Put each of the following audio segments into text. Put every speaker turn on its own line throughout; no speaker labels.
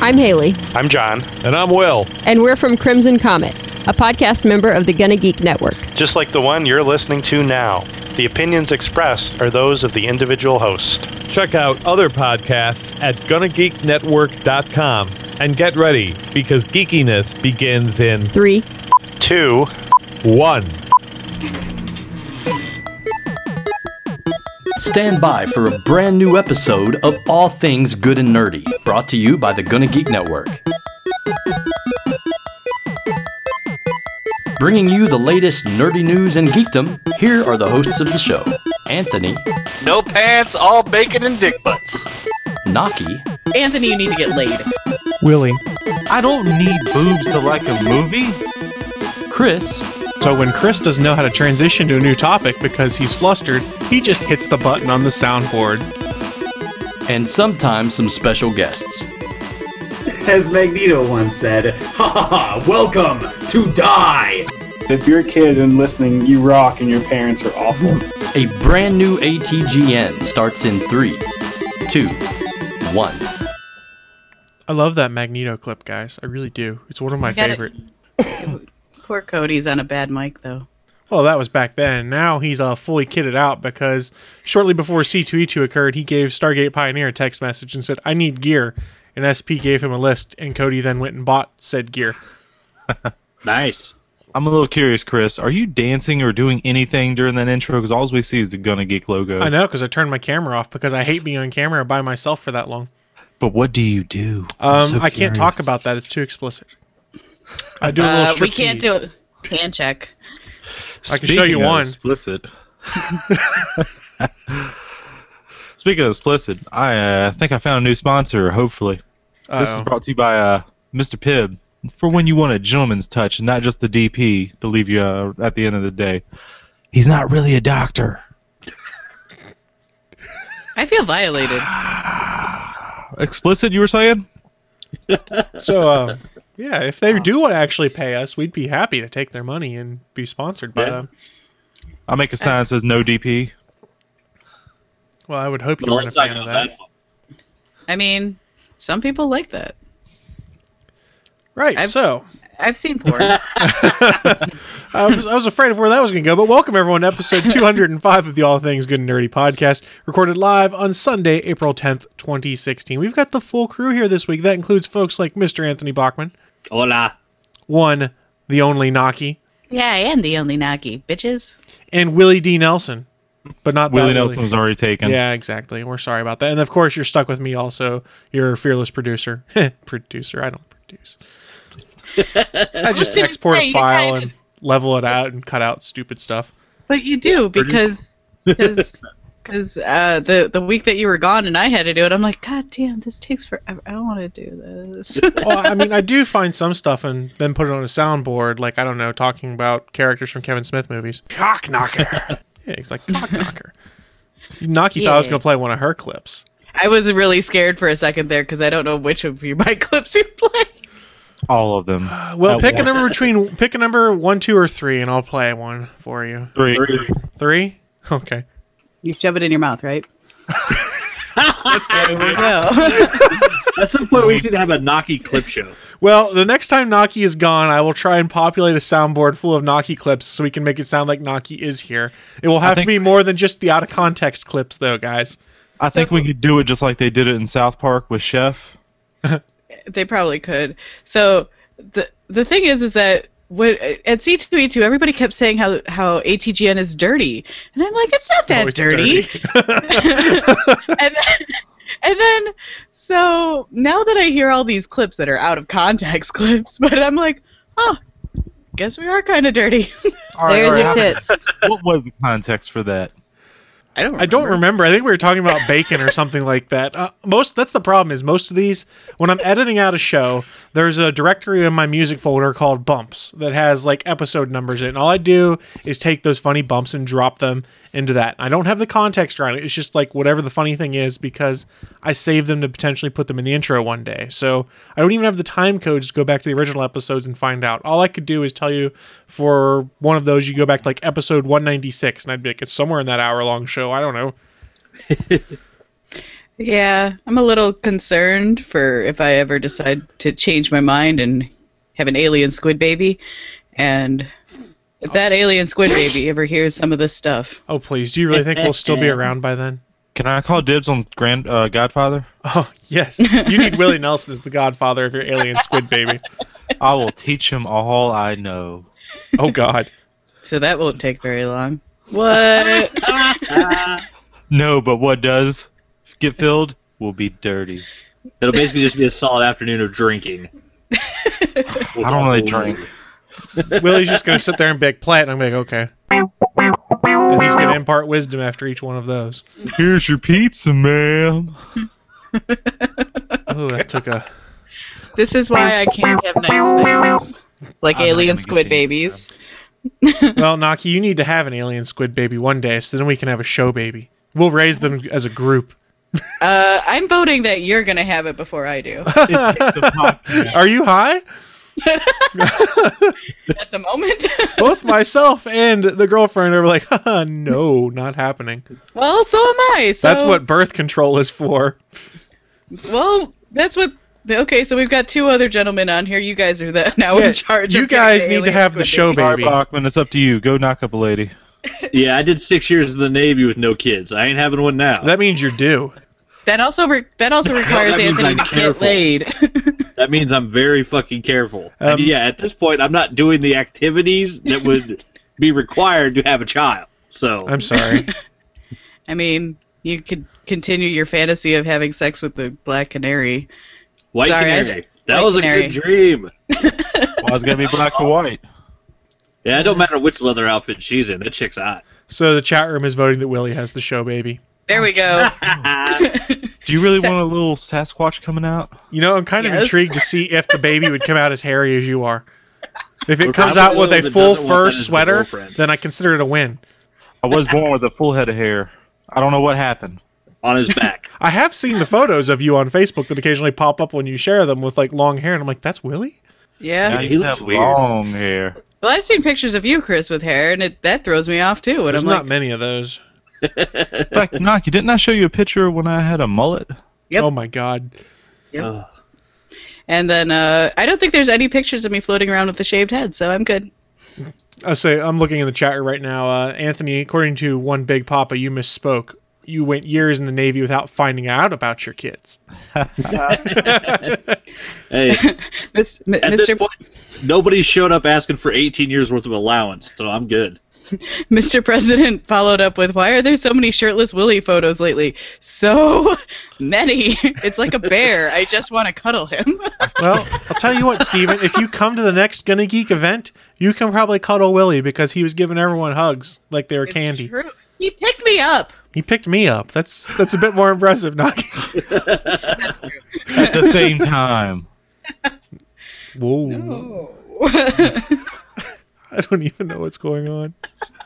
I'm Haley,
I'm John.
And I'm Will.
and we're from Crimson Comet, a podcast member of the Gunna Geek Network.
Just like the one you're listening to now, the opinions expressed are those of the individual host.
Check out other podcasts at GonnaGeekNetwork.com and get ready because geekiness begins in
Three,
Two,
one.
Stand by for a brand new episode of All Things Good and Nerdy, brought to you by the Gunna Geek Network. Bringing you the latest nerdy news and geekdom, here are the hosts of the show Anthony,
No pants, all bacon and dick butts.
Naki,
Anthony, you need to get laid.
Willie.
I don't need boobs to like a movie.
Chris,
So when Chris doesn't know how to transition to a new topic because he's flustered, he just hits the button on the soundboard.
and sometimes some special guests.
As Magneto once said, ha ha ha, welcome to die!
If you're a kid and listening, you rock and your parents are awful.
A brand new ATGN starts in 3, 2, 1.
I love that Magneto clip, guys. I really do. It's one of my
gotta-
favorite.
Poor Cody's on a bad mic, though.
Well, that was back then. Now he's uh, fully kitted out because shortly before C2E2 occurred, he gave Stargate Pioneer a text message and said, I need gear. And SP gave him a list, and Cody then went and bought said gear.
Nice.
I'm a little curious, Chris. Are you dancing or doing anything during that intro? Because all we see is the Gunna Geek logo.
I know because I turned my camera off because I hate being on camera by myself for that long.
But what do you do? I'm
Um,
so
I can't
curious.
talk about that; it's too explicit. I do a little.
Uh, we can't
striptease.
do it. Hand check.
I can show you
of
one.
Explicit. Speaking of explicit, I uh, think I found a new sponsor. Hopefully, this is
Uh-oh.
brought to you by uh, Mr. Pibb. For when you want a gentleman's touch, and not just the DP to leave you uh, at the end of the day. He's not really a doctor.
I feel violated.
Explicit, you were saying?
So, um, yeah, if they do want to actually pay us, we'd be happy to take their money and be sponsored by
Yeah.
them.
I
Uh,
make a sign that says no DP.
Well, I would hope you
Well,
weren't a
let's talk
fan of
about
that,
I mean, some people like that.
right?
I've-
so,
I've seen porn.
I was, I was afraid of where that was going to go, but welcome everyone to episode 205 of the All Things Good and Nerdy podcast, recorded live on Sunday, April 10th, 2016. We've got the full crew here this week. That includes folks like Mr. Anthony Bachman,
Hola.
one, the only Naki,
yeah, I am the only Nagi, bitches.
and Willie D. Nelson, but not that
Willie Nelson was already taken.
Yeah, exactly. We're sorry about that. And of course, you're stuck with me also, your fearless producer. producer, I don't produce. I just
gonna
export
say,
a
you
file
guys-
and level it out and cut out stupid stuff.
But you do because because because uh, the the week that you were gone and I had to do it, I'm like, God damn, this takes forever. I don't want to do this.
well, I mean, I do find some stuff and then put it on a soundboard, like I don't know, talking about characters from Kevin Smith movies. Cock knocker. yeah, he's like cock knocker. Knocky thought I was
Yeah.
gonna play one of her clips.
I was really scared for a second there because I don't know which of you my clips you play.
All of them.
Uh, well,
That
pick a
one.
number between pick a number one, two, or three, and I'll play one for you.
Three.
Three. Okay.
You shove it in your mouth, right?
Let's go.
No.
At some point, we should have a Naki clip show.
Well, the next time Naki is gone, I will try and populate a soundboard full of Naki clips so we can make it sound like Naki is here. It will have
think-
to be more than just the out of context clips, though, guys.
I think we could do it just like they did it in South Park with Chef.
they probably could. So the the thing is, is that what at C2E2 everybody kept saying how how ATGN is dirty, and I'm like, it's not that
Oh, it's
dirty. and then, and then so now that I hear all these clips that are out of context clips, but I'm like, oh, guess we are kind of dirty.
there's your tits.
What was the context for that?
I don't. Remember.
I don't remember. I think we were talking about bacon or something like that. Uh, most that's the problem is most of these when I'm editing out a show, there's a directory in my music folder called bumps that has like episode numbers in. it. And all I do is take those funny bumps and drop them into that. I don't have the context around it. It's just like whatever the funny thing is because I save them to potentially put them in the intro one day. So I don't even have the time codes to go back to the original episodes and find out. All I could do is tell you for one of those you go back to like episode 196 and I'd be like it's somewhere in that hour long show. I don't know.
Yeah, I'm a little concerned for if I ever decide to change my mind and have an alien squid baby. And if that alien squid baby ever hears some of this stuff.
Oh, please. Do you really think we'll still be around by then?
Can I call dibs on Grand uh, Godfather?
Oh yes, you need Willie Nelson as the Godfather of your alien squid baby.
I will teach him all I know.
Oh God.
So that won't take very long. What?
No, but what does get filled will be dirty.
It'll basically just be a solid afternoon of drinking.
I don't really drink.
Willie's just gonna sit there and big plat, and I'm like, okay. And he's gonna impart wisdom after each one of those.
Here's your pizza, ma'am.
Oh, that took a.
this is why I can't have nice things. Like
I'm not
alien
gonna
squid
continue
babies.
Well, Naki, you need to have an alien squid baby one day, so then we can have a show baby. We'll raise them as a group.
Uh, I'm voting that you're going to have it before I do.
Are you high?
At the moment.
Both myself and the girlfriend are like, Haha, no, not happening.
well, so am I. So
That's what birth control is for.
Well, that's what. Okay, so we've got two other gentlemen on here. You guys are the, now
Yeah,
in charge.
you
of getting
guys need to
alien
have the
squid
show
babies.
baby.
Bachman, it's up to you. Go knock up a lady.
Yeah, I did six years in the Navy with no kids. I ain't having one now.
That means you're due.
That also re- that also requires
means
Anthony
I'm
to get
careful.
laid.
That means I'm very fucking careful.
Um,
and yeah, at this point, I'm not doing the activities that would be required to have a child. So
I'm sorry.
I mean, you could continue your fantasy of having sex with the black canary.
White
sorry, I
Canary.
said-
that
White
was a
Canary.
good dream.
Well, it's gonna be black or white.
Yeah, it don't matter which leather outfit she's in. That chick's hot.
So the chat room is voting that Willie has the show baby.
There we go.
Do you really want a little Sasquatch coming out?
You know, I'm kind of
Yes.
intrigued to see if the baby would come out as hairy as you are. If it
We're
comes
probably
out with
the one
a
that
full
doesn't want
fur
that as my
sweater,
girlfriend.
then I consider it a win.
I was born with a full head of hair. I don't know what happened.
On his back.
I have seen the photos of you on Facebook that occasionally pop up when you share them with like long hair, and I'm like, that's Willie.
Now
Yeah.
he
you
looks
have
weird.
long hair.
Well, I've seen pictures of you, Chris, with hair, and it, that throws me off too. And
There's
I'm
not
like,
many of those.
In fact, Naki, didn't I show you a picture when I had a mullet?
Yep.
Oh my god.
Ugh.
and then uh, I don't think there's any pictures of me floating around with a shaved head, so I'm good.
I say I'm looking in the chat room right now. Uh, Anthony, according to one big papa, you misspoke. You went years in the Navy without finding out about your kids.
hey,
Mis- m-
at this
Mr.
point, nobody showed up asking for 18 years worth of allowance, so I'm good.
Mr. President followed up with, "Why are there so many shirtless Willie photos lately? So many. It's like a bear. I just want to cuddle him."
Well, I'll tell you what, Steven, if you come to the next Gunna Geek event, you can probably cuddle Willie because he was giving everyone hugs like they were candy.
True. He picked me up.
He picked me up. That's that's a bit more impressive, Naki.
At the same time.
Whoa. I don't even know what's going on.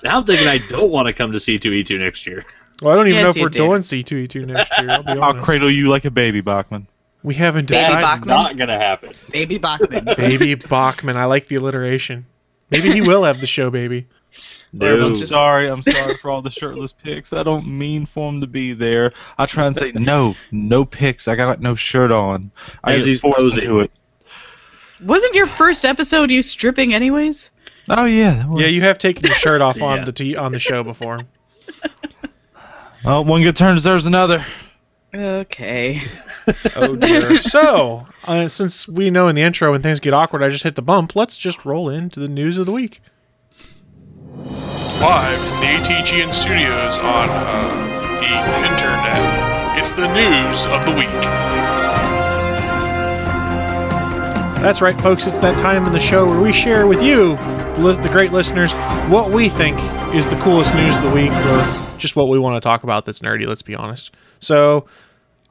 Now I'm thinking I don't want to come to C2E2 next year.
Well, I don't even
Yes,
know if
you
we're
do.
doing C2E2 next year. I'll be
I'll
honest.
cradle you like a baby, Bachman.
we haven't
Baby
decided.
Bachman.
Not gonna happen.
Baby Bachman.
Baby Bachman. I like the alliteration. Maybe he will have the show, baby.
No.
I'm sorry. I'm sorry for all the shirtless pics. I don't mean for them to be there. I try and say no, no pics. I got no shirt on. I
As
get
he's
forced
posing.
into it.
Wasn't your first episode you stripping anyways?
Oh yeah. that was-
Yeah, you have taken your shirt off on
Yeah.
the t- on the show before.
Well, Oh, one good turn deserves another.
Okay.
Oh dear. so, uh, since we know in the intro when things get awkward, I just hit the bump. Let's just roll into the news of the week.
Live from the ATGN studios on uh, the internet, it's the news of the week.
That's right, folks. It's that time in the show where we share with you, the li- the great listeners, what we think is the coolest news of the week, or just what we want to talk about that's nerdy. Let's be honest. So,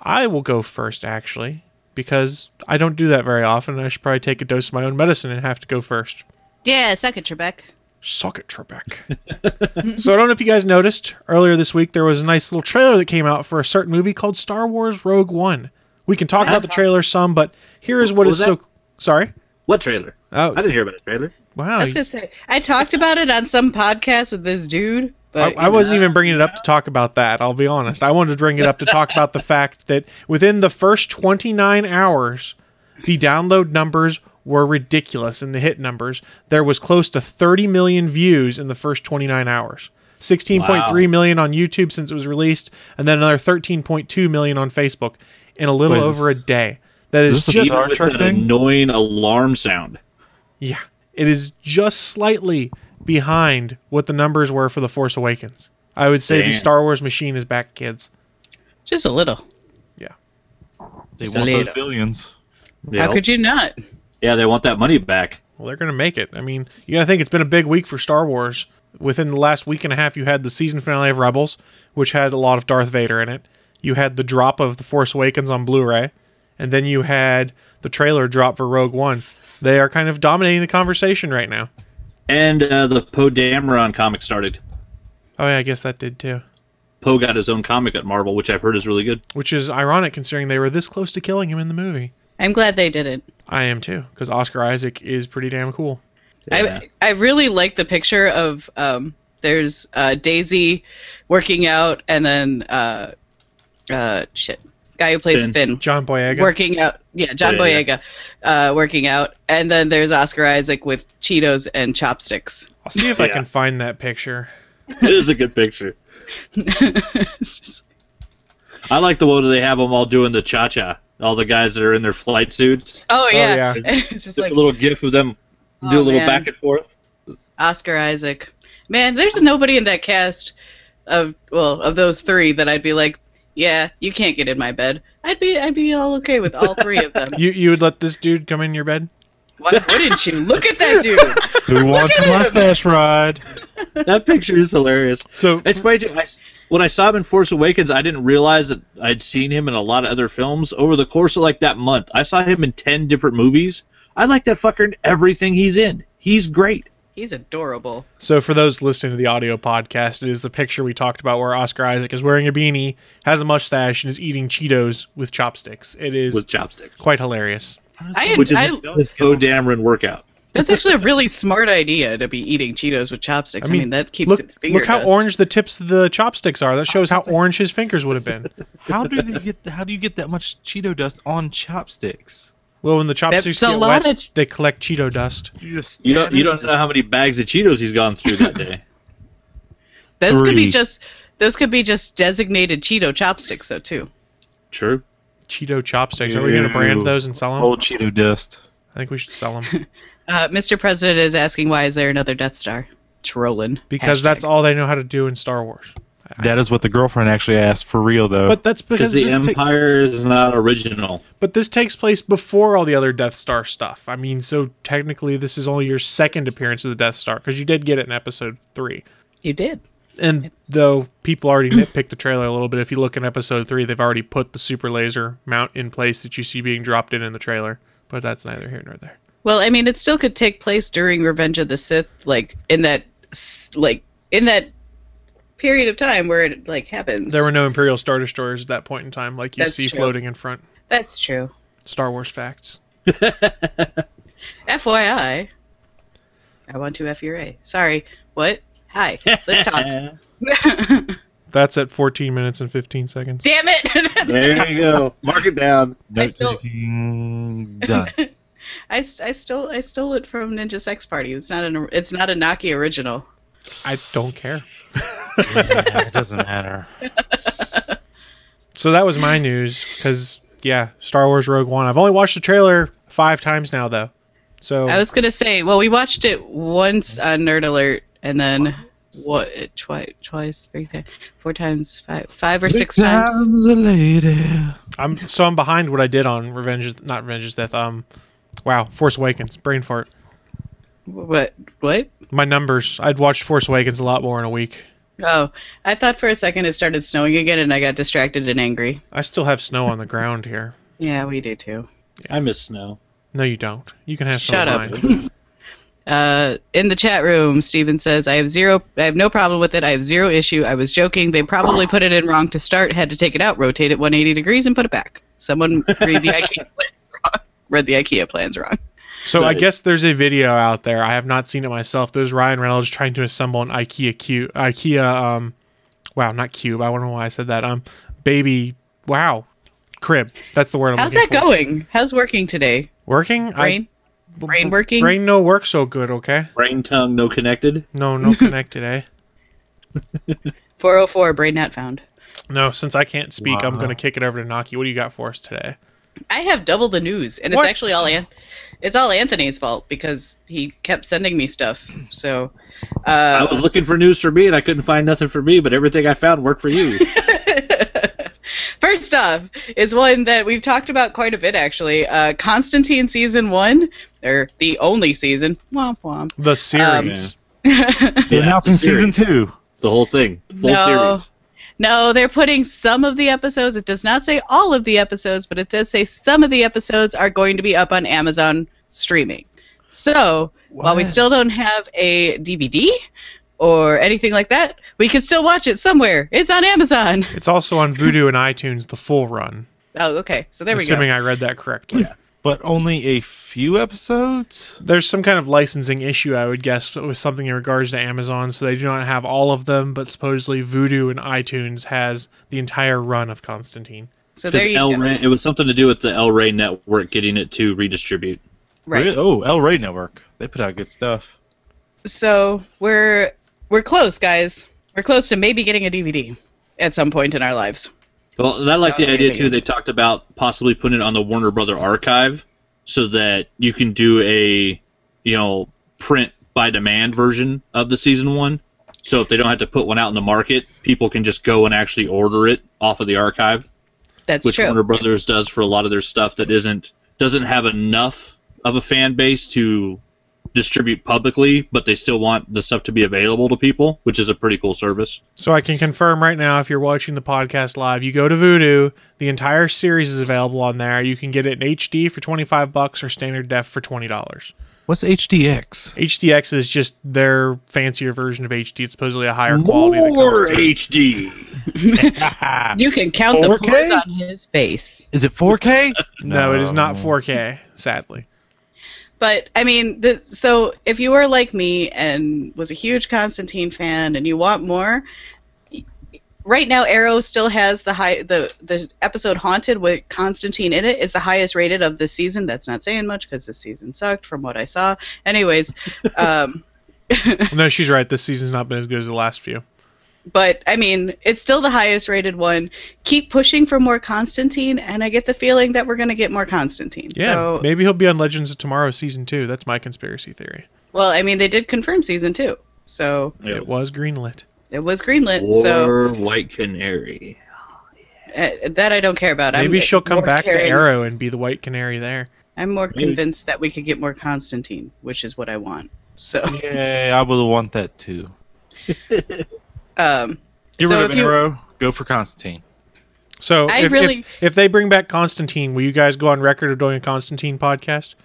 I will go first actually because I don't do that very often. I should probably take a dose of my own medicine and have to go first.
Yeah, second Trebek.
Suck it, Trebek. so I don't know if you guys noticed earlier this week there was a nice little trailer that came out for a certain movie called Star Wars Rogue One. We can talk about the trailer some, but here is what
What
is
was
so
that?
sorry.
What trailer?
Oh,
I didn't hear about his trailer.
Wow.
I was gonna say I talked about it on some podcast with this dude, but you
I, I
know.
wasn't even bringing it up to talk about that. I'll be honest. I wanted to bring it up to talk about the fact that within the first 29 hours, the download numbers were ridiculous in the hit numbers. There was close to 30 million views in the first 29 hours. 16.3
Wow.
million on YouTube since it was released, and then another 13.2 million on Facebook in a little
Wait, is
over a day. That is,
This
just
even with that annoying alarm sound.
Yeah, it is just slightly behind what the numbers were for The Force Awakens. I would say the
Damn.
Star Wars machine is back, kids.
just a little.
They
Just a
want those
little.
billions.
How could you not?
Yeah, they want that money back.
Well, they're going to make it. I mean, you got to think it's been a big week for Star Wars. Within the last week and a half, you had the season finale of Rebels, which had a lot of Darth Vader in it. You had the drop of The Force Awakens on Blu ray, and then you had the trailer drop for Rogue One. They are kind of dominating the conversation right now.
And uh, the Poe Dameron comic started.
Oh, yeah, I guess that did too.
Poe got his own comic at Marvel, which I've heard is really good.
Which is ironic considering they were this close to killing him in the movie.
I'm glad they didn't.
I am too, because Oscar Isaac is pretty damn cool.
I I really like the picture of um there's uh Daisy working out and then uh uh shit guy who plays
Finn.
Finn
John Boyega
working out yeah John
Yeah, yeah,
Boyega uh working out and then there's Oscar Isaac with Cheetos and chopsticks.
I'll see if I can find that picture.
it is a good picture. I like the one that they have them all doing the cha cha. All the guys that are in their flight suits.
Oh yeah. It's
Just,
just like
a little gif of them do a
Aw,
little
man.
back and forth.
Oscar Isaac. Man, there's nobody in that cast of well, of those three that I'd be like, yeah, you can't get in my bed. I'd be I'd be all okay with all three of them.
You you would let this dude come in your bed?
Why wouldn't you? Look at that dude.
Who wants a mustache ride?
That picture is hilarious.
So
it's funny, I, when I saw him in Force Awakens, I didn't realize that I'd seen him in a lot of other films over the course of like that month. I saw him in ten different movies. I like that fucker in everything he's in. He's great.
He's adorable.
So for those listening to the audio podcast, it is the picture we talked about where Oscar Isaac is wearing a beanie, has a mustache, and is eating Cheetos with chopsticks. It is
With chopsticks.
Quite hilarious.
I,
Which is
I-
his Poe Dameron workout.
that's actually a really smart idea to be eating Cheetos with chopsticks. I mean, that keeps
look,
it finger
look how
dust.
orange the tips of the chopsticks are. That shows how orange his fingers would have been.
How do they get? How do you get that much Cheeto dust on chopsticks?
Well, when the chopsticks
a
get
lot
wet, they collect Cheeto dust.
You just
You don't you don't know how many bags of Cheetos he's gone through that day.
Those could
Three.
be just those could be just designated Cheeto chopsticks though too.
True.
Cheeto chopsticks. Are we going to brand those and sell them?
Old Cheeto dust.
I think we should sell them
Uh, Mr. President is asking why is there another Death Star? Trolling.
because that's all they know how to do in Star Wars.
That is what the girlfriend actually asked for real, though.
But that's because
the
this ta-
Empire is not original.
But this takes place before all the other Death Star stuff. I mean, so technically, this is only your second appearance of the Death Star because you did get it in Episode three.
You did.
And though people already nitpicked the trailer a little bit, if you look in Episode three, they've already put the super laser mount in place that you see being dropped in in the trailer. But that's neither here nor there.
Well, I mean, it still could take place during Revenge of the Sith, like in that, s- like in that period of time where it like happens.
There were no Imperial Star Destroyers at that point in time, like you
That's
see
true.
floating in front.
That's true.
Star Wars facts.
FYI, I want to f your a. Sorry. What? Hi. Let's talk. Damn
That's at 14 minutes and 15 seconds.
it!
There you go. Mark it down.
I still,
Done.
I, s- I stole, I stole it from Ninja Sex Party. It's not an, it's not a Naki original.
I don't care.
it doesn't matter.
So that was my news because yeah, Star Wars Rogue One. I've only watched the trailer five times now though. So
I was gonna say, well, we watched it once on Nerd Alert, and then what? Twice, twice, three times, four times, five, five or six times.
I'm so I'm behind what I did on Revenge, is- not Revenge is Death. Um, wow, Force Awakens, brain fart.
What? What?
My numbers. I'd watched Force Awakens a lot more in a week.
Oh, I thought for a second it started snowing again, and I got distracted and angry.
I still have snow on the ground here.
Yeah, we do too.
I miss snow.
No, you don't. You can have snow.
Shut
of
up.
mine.
Uh, in the chat room, Steven says, "I have zero. I have no problem with it. I have zero issue. I was joking. They probably put it in wrong to start. Had to take it out, rotate it 180 degrees, and put it back. Someone read the IKEA plans wrong. Read the IKEA plans wrong.
So I
But-
guess there's a video out there. I have not seen it myself. There's Ryan Reynolds trying to assemble an IKEA cube. IKEA, um, wow, not cube. I wonder why I said that. Um, baby, wow, crib. That's the word. I'm
How's that
looking for.
going? How's working today?
Working?
Brain? brain
I,
working?
brain no work so good. Okay.
Brain tongue no connected.
No, no connected, eh?
404, brain not found.
No, since I can't speak, I'm
Wow.
gonna kick it over to Naki. What do you got for us today?
I have double the news, and
What?
it's actually all An- it's all Anthony's fault because he kept sending me stuff. So
I was looking for news for me and I couldn't find nothing for me, but everything I found worked for you.
First off, is one that we've talked about quite a bit actually. Uh, Constantine season one, or the only season. Womp womp.
The
series.
They're announcing season two.
The whole thing. Full
no,
series.
no, they're putting some of the episodes. It does not say all of the episodes, but it does say some of the episodes are going to be up on Amazon streaming. So while we still don't have a DVD or anything like that, we can still watch it somewhere. It's on Amazon.
It's also on Vudu and iTunes. The full run.
Oh, okay. So there we
assuming
go.
I read that correctly.
But only a few episodes?
There's some kind of licensing issue, I would guess, with something in regards to Amazon, so they do not have all of them, but supposedly Voodoo and iTunes has the entire run of Constantine.
So
'Cause El Rey- it was something to do with the El Rey network getting it to redistribute.
Right.
Re- Oh, El Rey Network. They put out good stuff.
so we're we're close, guys. We're close to maybe getting a DVD at some point in our lives.
Well, and I like the
Okay,
idea
yeah.
too. They talked about possibly putting it on the Warner Brother archive, so that you can do a, you know, print by demand version of the season one. So if they don't have to put one out in the market, people can just go and actually order it off of the archive,
That's
which
true.
Warner Brothers does for a lot of their stuff that isn't doesn't have enough of a fan base to distribute publicly, but they still want the stuff to be available to people, which is a pretty cool service.
So I can confirm right now, if you're watching the podcast live, you go to Voodoo. The entire series is available on there. You can get it in HD for 25 bucks or standard def for $20.
What's HDX?
HDX is just their fancier version of HD. It's supposedly a higher quality. that comes
More
through.
HD.
You can count the
4K?
pores on his face.
Is it 4K?
No, it is not 4K, sadly.
But I mean, the, so if you were like me and was a huge Constantine fan and you want more, right now Arrow still has the high the the episode Haunted with Constantine in it is the highest rated of the season. That's not saying much because this season sucked from what I saw. Anyways, um,
No, she's right. This season's not been as good as the last few.
but I mean, it's still the highest rated one. Keep pushing for more Constantine, and I get the feeling that we're gonna get more Constantine.
Yeah,
So,
maybe he'll be on Legends of Tomorrow season two. That's my conspiracy theory.
well, I mean, they did confirm season two, so
It was greenlit.
it was greenlit.
Or
so.
White Canary.
Uh, that I don't care about.
Maybe
I'm
she'll come
more
back to
caring-
Arrow and be the White Canary there.
I'm more
Maybe.
convinced that we could get more Constantine, which is what I want. So,
Yay, I would want that too.
um,
Get
so
rid
if
of
you,
Arrow. Go for Constantine.
So
I
if, if-
really-
if they bring back Constantine, will you guys go on record of doing a Constantine podcast?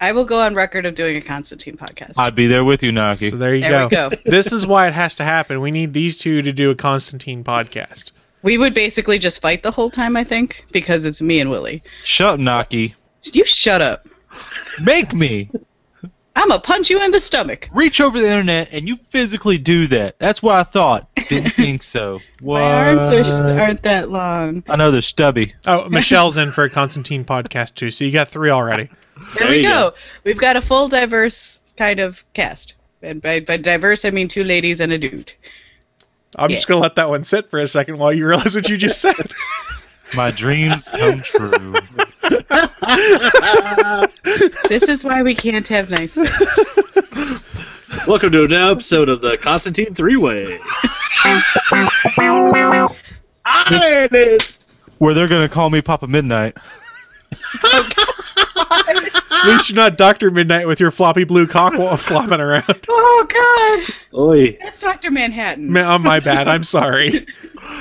I will go on record of doing a Constantine podcast.
I'd be there with you, Naki.
So there you
There we
go.
go.
this is why it has to happen. We need these two to do a Constantine podcast.
we would basically just fight the whole time, I think, because it's me and Willie.
Shut up, Naki.
You shut up.
Make me
I'ma punch you in the stomach.
reach over the internet and you physically do that. That's what I thought. Didn't think so. What?
My arms are, st- aren't that long.
I know they're stubby.
Oh, Michelle's in for a Constantine podcast too. So you got three already.
There, we go. We've got a full diverse kind of cast, and by, by diverse I mean two ladies and a dude.
I'm
Yeah.
just gonna let that one sit for a second while you realize what you just said.
My dreams come true.
this is why we can't have nice things.
Welcome to another episode of the Constantine Three Way. ah, there it is.
Where they're gonna call me Papa Midnight.
At least you're not Doctor Midnight with your floppy blue cock wa- flopping around.
Oh God,
Oi.
that's Doctor Manhattan.
Man, oh, my bad. I'm sorry.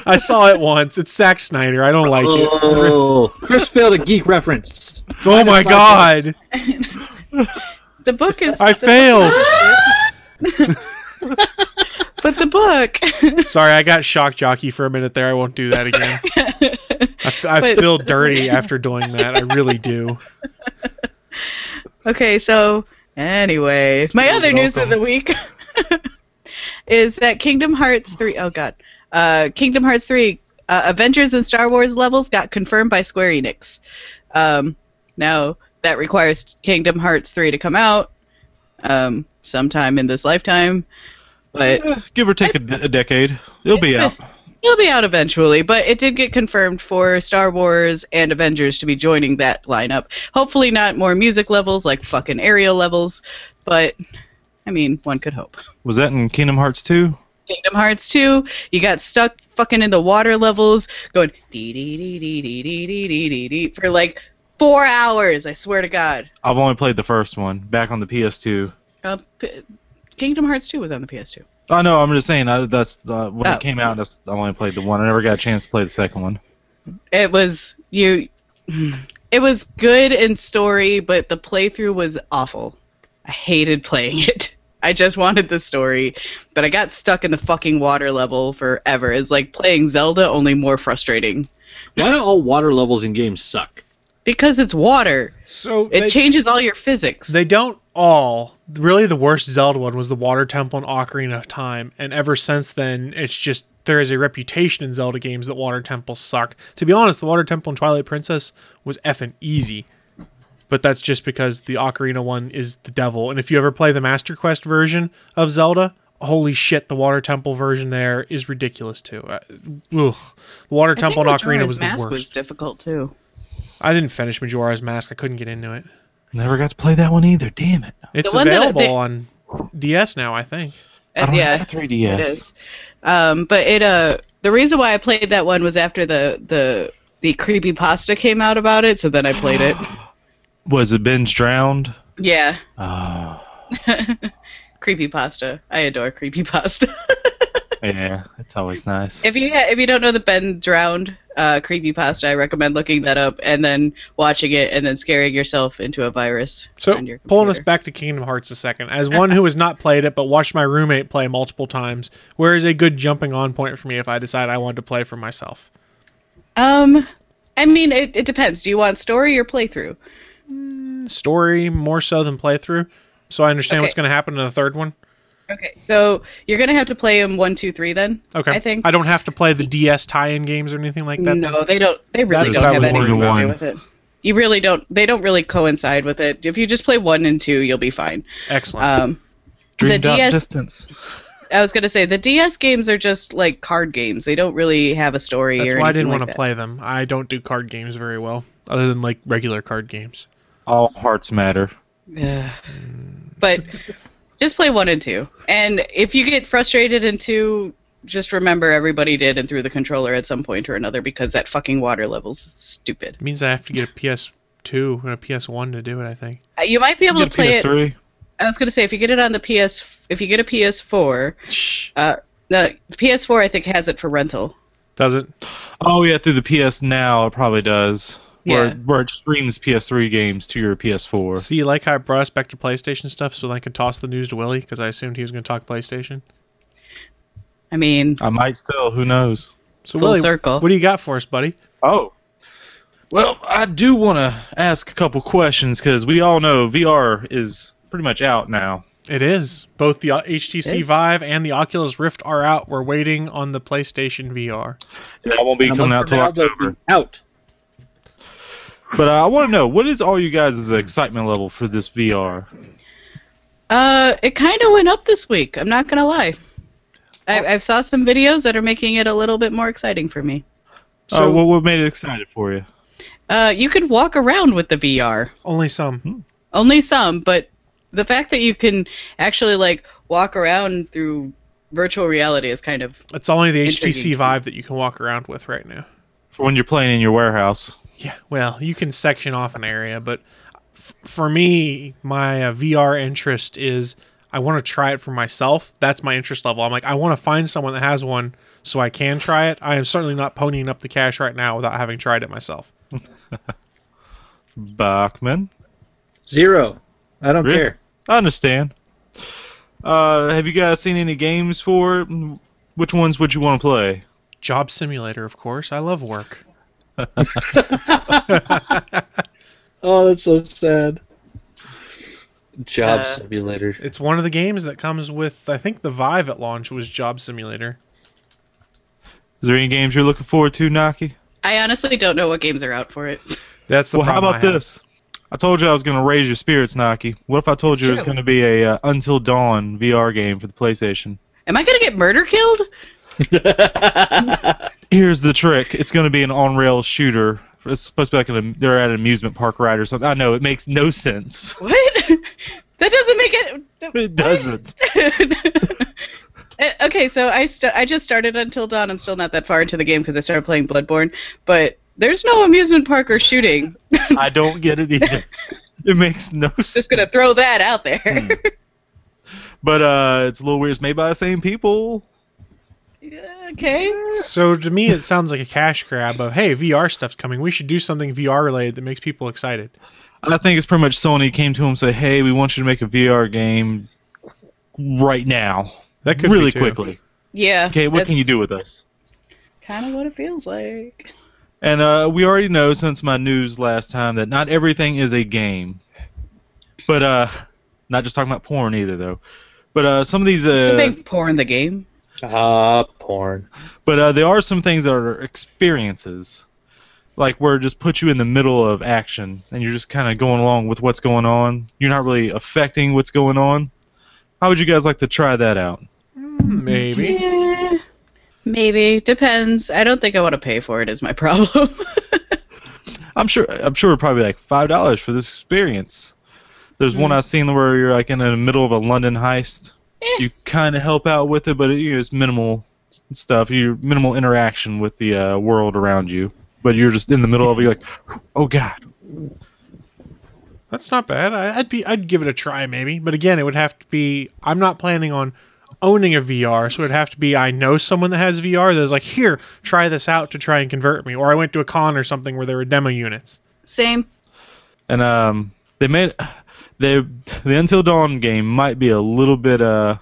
I saw it once. It's Zack Snyder. I don't like it.
Oh, Chris failed a geek reference.
Oh my god!
The book is.
I
the book-
failed.
but the book.
Sorry, I got shock jockey for a minute there. I won't do that again. I, f- I
But-
feel dirty after doing that. I really do.
Okay, so anyway, my other news of the week is that Kingdom Hearts 3 oh god. Uh Kingdom Hearts 3 uh, Avengers and Star Wars levels got confirmed by Square Enix. Um now that requires Kingdom Hearts 3 to come out um sometime in this lifetime, but
give or take a, a decade. It'll be out.
It'll be out eventually, but it did get confirmed for Star Wars and Avengers to be joining that lineup. Hopefully, not more music levels like fucking aerial levels, but I mean, one could hope.
Was that in Kingdom Hearts 2?
Kingdom Hearts 2, you got stuck fucking in the water levels going dee dee dee dee dee dee dee dee dee dee for like four hours, I swear to God.
I've only played the first one back on the PS2.
Uh, P- Kingdom Hearts 2 was on the PS2.
Oh no, I'm just saying I, that's uh, when
Oh.
it came out. That's, I only played the one. I never got a chance to play the second one.
It was you it was good in story, but the playthrough was awful. I hated playing it. I just wanted the story, but I got stuck in the fucking water level forever. It's like playing Zelda only more frustrating.
Why do all water levels in games suck?
Because it's water.
So
it
they-
changes all your physics.
They don't all. Really, the worst Zelda one was the Water Temple in Ocarina of Time, and ever since then, it's just there is a reputation in Zelda games that Water Temples suck. To be honest, the Water Temple in Twilight Princess was effing easy, but that's just because the Ocarina one is the devil. And if you ever play the Master Quest version of Zelda, holy shit, the Water Temple version there is ridiculous too. Uh, ugh. The Water
I think
Temple in Ocarina
Majora's
was the
Mask
worst.
was difficult too.
I didn't finish Majora's Mask. I couldn't get into it.
Never got to play that one either. Damn it!
It's
The one that
available
they-
on DS now, I think.
I don't
yeah,
have a 3DS.
It is. Um, but it uh, the reason why I played that one was after the the the creepy pasta came out about it, so then I played it.
Was it binge drowned?
Yeah,
Oh,
Ah.
creepy pasta. I adore creepy pasta.
yeah, it's always nice.
if you ha- if you don't know the Ben Drowned uh, creepy pasta, I recommend looking that up and then watching it and then scaring yourself into a virus.
So
on your
pulling us
computer.
back to Kingdom Hearts a second, as one who has not played it but watched my roommate play multiple times, where is a good jumping on point for me if I decide I wanted to play for myself?
Um, I mean, it, it depends. Do you want story or playthrough?
Story more so than playthrough, so I understand what's
Okay.
going to happen in the third one.
Okay, so you're gonna have to play them one, two, three then.
Okay,
I think.
I don't have to play the DS tie-in games or anything like that.
no, they don't. They really
That's what I
don't
was
have
worried
anything to
about.
do with it. You really don't. They don't really coincide with it. If you just play one and two, you'll be fine.
Excellent.
Um,
Dreamed
the
out
DS.
distance.
I was gonna say the DS games are just like card games. They don't really have a story.
That's
or
why I
anything
didn't
like
want to
that.
play them. I don't do card games very well, other than like regular card games.
All hearts matter.
Yeah. But just play one and two. And if you get frustrated in two, just remember everybody did and threw the controller at some point or another because that fucking water level's stupid.
It means I have to get a PS2 and a PS1 to do it. I think.
Uh, You might be able to
Get a
play it.
PS3.
I was gonna say if you get it on the PS, if you get a PS4, uh, no, the PS4 I think has it for rental.
Does it?
Oh yeah, through the PS Now it probably does.
Yeah.
Where where it streams PS3 games to your PS4.
See, like how I brought us back to PlayStation stuff, so I could toss the news to Willie because I assumed he was going to talk PlayStation.
I mean,
I might still. Who knows?
So
Full
Willie,
circle.
what do you got for us, buddy?
Oh. Well, I do want to ask a couple questions because we all know VR is pretty much out now.
It is both the uh, HTC
Is?
Vive and the Oculus Rift are out. We're waiting on the PlayStation VR.
That won't be
And a
coming
month
out till
from now, they'll
October.
be Out.
But uh, I want to know what is all you guys' excitement level for this VR?
Uh, it kind of went up this week. I'm not gonna lie.
Oh.
I, I saw some videos that are making it a little bit more exciting for me.
So
So-
what, what made it excited for you?
Uh, you can walk around with the VR.
Only some.
Only some, but the fact that you can actually like walk around through virtual reality is kind of
It's only the HTC
Intriguing.
Vive that you can walk around with right now.
For when you're playing in your warehouse.
Yeah, well, you can section off an area, but f- for me, my uh, VR interest is I want to try it for myself. That's my interest level. I'm like, I want to find someone that has one so I can try it. I am certainly not ponying up the cash right now without having tried it myself.
Bachman,
Zero. I don't
Really?
care.
I understand. Uh, have you guys seen any games for? it? Which ones would you want to play?
Job simulator, of course. I love work.
Oh, that's so sad. Job
Uh,
simulator.
It's one of the games that comes with. I think the Vive at launch was Job Simulator.
Is there any games you're looking forward to, Naki?
I honestly don't know what games are out for it.
That's
well. How about this? I told you I was going to raise your spirits, Naki. What if I told you it was
true.
going to be a uh, Until Dawn VR game for the PlayStation?
Am I gonna get murder killed?
Here's the trick. It's going to be an on-rail shooter. It's supposed to be like an, they're at an amusement park ride or something. I know it makes no sense.
What? that doesn't make it.
It doesn't.
Eh, Okay, so I st- I just started Until Dawn. I'm still not that far into the game because I started playing Bloodborne, but there's no amusement park or shooting.
I don't get it either. It makes no sense.
Just gonna throw that out there.
But uh, it's a little weird. It's made by the same people.
okay.
So to me, it sounds like a cash grab of hey, VR stuff's coming. We should do something VR related that makes people excited.
And I think it's pretty much Sony came to him and said, "Hey, we want you to make a VR game right now.
That could be
really
too.
quickly.
Yeah.
Okay, what can you do with us?"
Kind of what it feels like.
And uh, we already know since my news last time that not everything is a game. But uh, not just talking about porn either, though. But uh, some of these uh,
Make porn the game.
Ah, porn.
But uh, there are some things that are experiences, like where it just puts you in the middle of action and you're just kind of going along with what's going on. You're not really affecting what's going on. How would you guys like to try that out?
Maybe.
Eh, maybe depends. I don't think I want to pay for it. Is my problem.
I'm sure. I'm sure it'd probably be like five dollars for this experience. There's one I've seen where you're like in the middle of a London heist. You kind of help out with it, but it, you know, it's minimal s- stuff. You minimal interaction with the uh, world around you, but you're just in the middle of it. You're like, oh god,
That's not bad. I, I'd be. I'd give it a try maybe. But again, it would have to be. I'm not planning on owning a VR, so it'd have to be. I know someone that has VR that's like here, try this out to try and convert me. Or I went to a con or something where there were demo units.
Same.
and um, they made they the Until Dawn game might be a little bit uh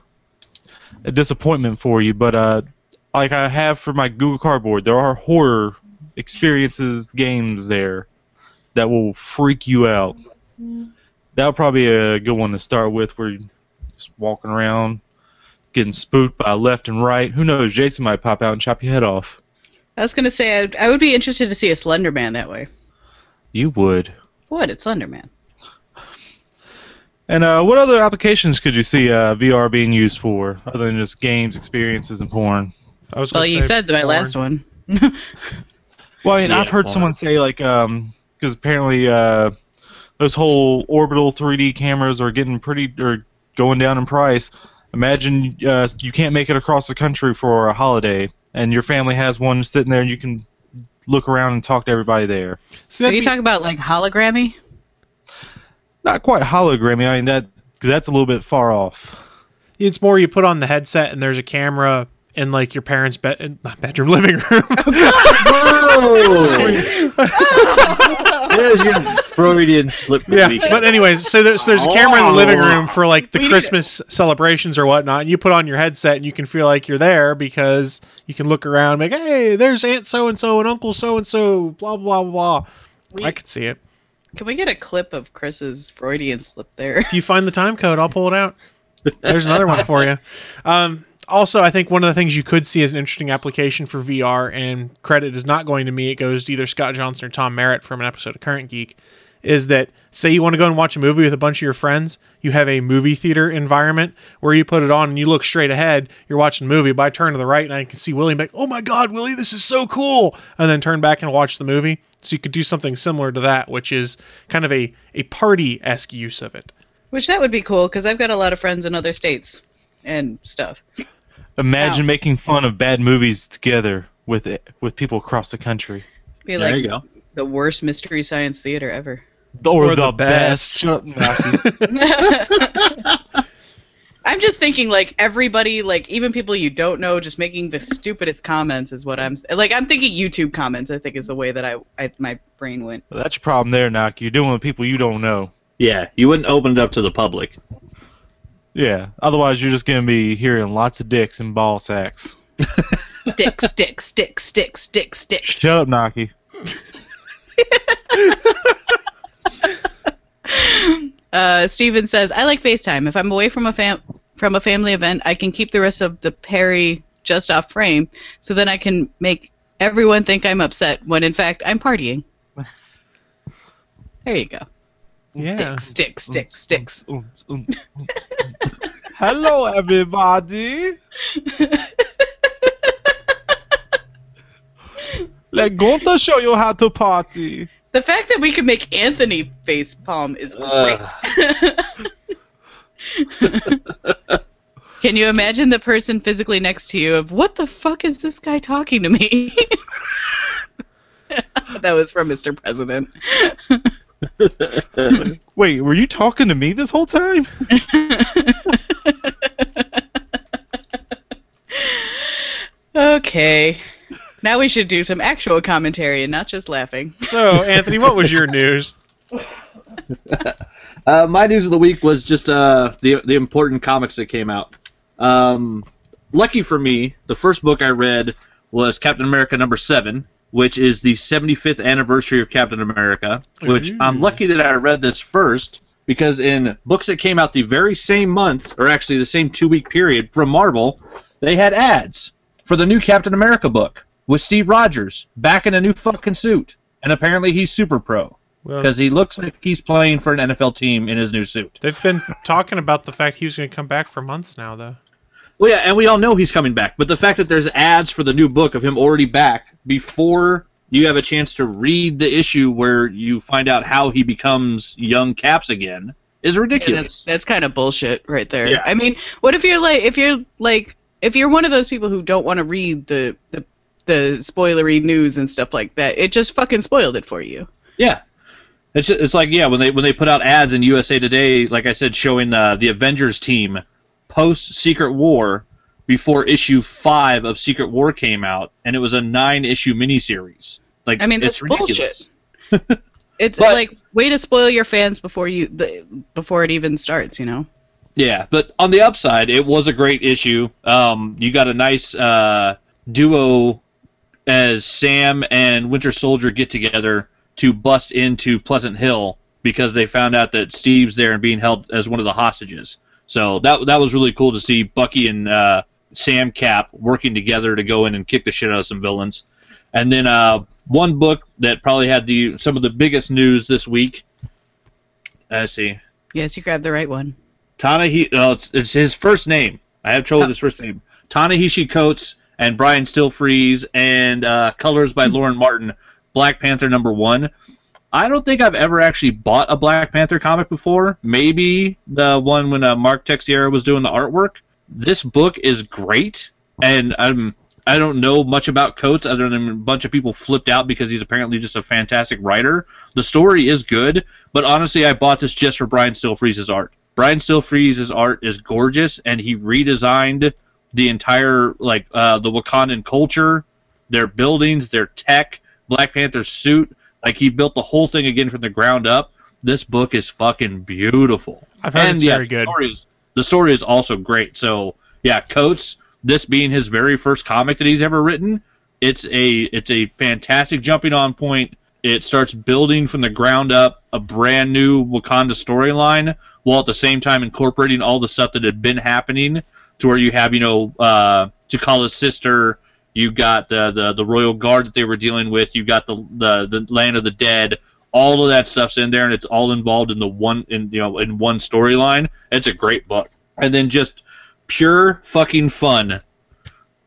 a disappointment for you, but uh, like I have for my Google Cardboard, there are horror experiences games there that will freak you out. That'll probably be a good one to start with, where you're just walking around, getting spooked by left and right. Who knows? Jason might pop out and chop your head off.
I was gonna say I, I would be interested to see a Slender Man that way.
You would.
What? It's Slender Man.
And uh, what other applications could you see uh, VR being used for, other than just games, experiences, and porn?
I was
Well, you said my last one.
Well, I mean,
Yeah,
I've heard
porn.
someone say like, because apparently uh, those whole orbital 3D cameras are getting pretty or going down in price. Imagine uh, you can't make it across the country for a holiday, and your family has one sitting there, and you can look around and talk to everybody there.
So you talk about like hologrammy?
Not quite hologrammy. I mean that because that's a little bit far off.
It's more you put on the headset and there's a camera in like your parents' bed, not bedroom, living room.
Oh! There's your Freudian slip.
Yeah,
leak.
but anyways, so there's, there's a camera in the living room for like the
Oh. We need
Christmas celebrations or whatnot. And you put on your headset and you can feel like you're there because you can look around, and be like, hey, there's Aunt so and so and Uncle so and so, blah blah blah.
We-
I could see it.
Can we get a clip of Chris's Freudian slip there?
If you find the time code, I'll pull it out. There's another one for you. Um, also, I think one of the things you could see as an interesting application for VR, and credit is not going to me, it goes to either Scott Johnson or Tom Merritt from an episode of Current Geek, is that say you want to go and watch a movie with a bunch of your friends, you have a movie theater environment where you put it on and you look straight ahead, you're watching the movie, but I turn to the right and I can see Willie and be like, oh my God, Willie, this is so cool. And then turn back and watch the movie. So you could do something similar to that, which is kind of a, a party esque use of it.
Which that would be cool because I've got a lot of friends in other states and stuff.
Imagine
Wow.
making fun of bad movies together with with people across the country.
Be
There
like
you go.
the worst mystery science theater ever.
Or,
Or
the,
the
best. Shut up, Naki.
I'm just thinking like everybody, like even people you don't know, just making the stupidest comments is what I'm like. I'm thinking YouTube comments. I think is the way that I, I my brain went.
Well, that's your problem there, Naki. You're doing with people you don't know.
Yeah, you wouldn't open it up to the public.
Yeah. Otherwise, you're just gonna be hearing lots of dicks and ball sacks.
Dick, stick, stick, stick, stick, stick.
Shut up, Naki.
Uh, Steven says, I like FaceTime. If I'm away from a fam- from a family event, I can keep the rest of the Perry just off frame, so then I can make everyone think I'm upset when in fact I'm partying. there you go.
Yeah.
Sticks, sticks, sticks,
sticks. Hello, everybody. Let Gunther show you how to party.
The fact that we can make Anthony face palm is great. can you imagine the person physically next to you of what the fuck is this guy talking to me? that was from Mr. President.
Wait, were you talking to me this whole time?
Okay. Now we should do some actual commentary and not just laughing.
So, Anthony, what was your news?
Uh, my news of the week was just uh, the the important comics that came out. Um, lucky for me, the first book I read was Captain America number seven, which is the 75th anniversary of Captain America. Which I'm lucky that I read this first because in books that came out the very same month, or actually the same two week period from Marvel, they had ads for the new Captain America book with Steve Rogers back in a new fucking suit, and apparently he's super pro.
Well-
Because he looks like he's playing for an NFL team in his new suit.
They've been talking about the fact he was going to come back for months now, though.
Well, yeah, and we all know he's coming back, but the fact that there's ads for the new book of him already back before you have a chance to read the issue where you find out how he becomes young Caps again is
Yeah,
ridiculous.
that's that's kind of bullshit right there.
Yeah.
I mean, what if you're like if you're like if you're one of those people who don't want to read the, the the spoilery news and stuff like that, it just fucking spoiled it for you.
Yeah. It's, ju- it's like yeah when they when they put out ads in USA Today like I said showing uh, the Avengers team post Secret War before issue five of Secret War came out and it was a nine issue miniseries like
I mean,
it's
that's
ridiculous
bullshit. It's like way to spoil your fans before you the, before it even starts. You know.
yeah but on the upside it was a great issue um, you got a nice uh, duo as Sam and Winter Soldier get together to bust into Pleasant Hill because they found out that Steve's there and being held as one of the hostages. So that that was really cool to see Bucky and uh, Sam Cap working together to go in and kick the shit out of some villains. And then uh, one book that probably had the some of the biggest news this week. Let's see.
Yes, you grabbed the right one.
Tanahi. Oh, it's, it's his first name. I have trouble with his first name. Tanahishi Coates and Brian Stillfreeze and uh, colors by Lauren Martin. Black Panther number one. I don't think I've ever actually bought a Black Panther comic before. Maybe the one when uh, Mark Texiera was doing the artwork. This book is great, and I'm I don't know much about Coates other than a bunch of people flipped out because he's apparently just a fantastic writer. The story is good, but honestly, I bought this just for Brian Stillfreeze's art. Brian Stillfreeze's art is gorgeous, and he redesigned the entire like uh, the Wakandan culture, their buildings, their tech, Black Panther's suit. Like he built the whole thing again from the ground up. This book is fucking beautiful.
I've heard it's very good.
The story, is, the story is also great. So yeah, Coates, this being his very first comic that he's ever written, it's a it's a fantastic jumping on point. It starts building from the ground up a brand new Wakanda storyline, while at the same time incorporating all the stuff that had been happening to where you have, you know, uh, T'Challa's sister, you got the, the the royal guard that they were dealing with, you got the, the the land of the dead, all of that stuff's in there, and it's all involved in the one in you know in one storyline. It's a great book, and then just pure fucking fun.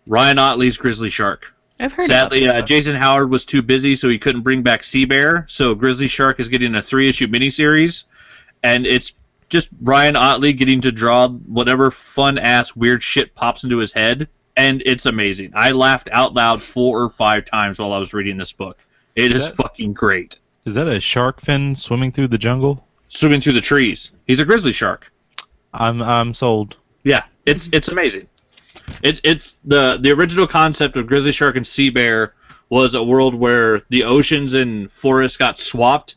Ryan Otley's Grizzly Shark.
I've heard.
Sadly,
about
uh, Jason Howard was too busy, so he couldn't bring back Sea Bear. So Grizzly Shark is getting a three-issue miniseries, and it's just Ryan Otley getting to draw whatever fun-ass weird shit pops into his head, and it's amazing. I laughed out loud four or five times while I was reading this book. It is,
Is that-
fucking great.
Is that a shark fin swimming through the jungle?
Swimming through the trees. He's a grizzly shark.
I'm I'm sold.
Yeah, it's it's amazing. It, it's the the original concept of grizzly shark and sea bear was a world where the oceans and forests got swapped,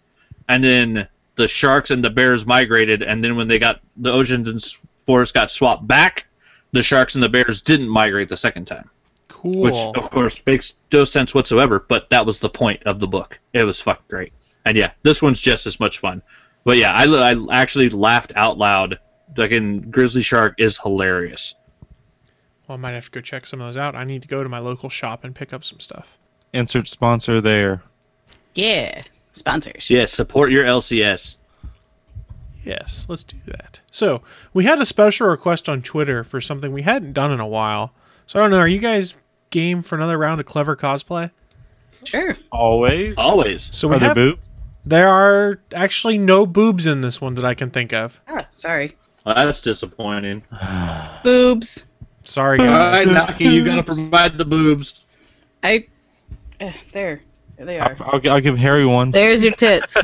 and then the sharks and the bears migrated, and then when they got the oceans and s- forests got swapped back, the sharks and the bears didn't migrate the second time,
Cool.
which of course makes no sense whatsoever. But that was the point of the book. It was fucking great, and yeah, this one's just as much fun. But yeah, I, I actually laughed out loud. Fucking Grizzly Shark is hilarious.
Well, I might have to go check some of those out. I need to go to my local shop and pick up some stuff.
Insert sponsor there.
Yeah. Sponsors.
Yeah, support your LCS.
Yes, let's do that. So we had a special request on Twitter for something we hadn't done in a while. So I don't know. Are you guys game for another round of clever cosplay?
Sure.
Always.
Always.
So we have- There are actually no boobs in this one that I can think of.
Oh, sorry.
Well, that's disappointing.
Boobs.
Sorry,
All right,
guys.
Naki, you gotta provide the boobs.
I. Uh, there. There they are.
I'll, I'll give Harry one.
There's your tits.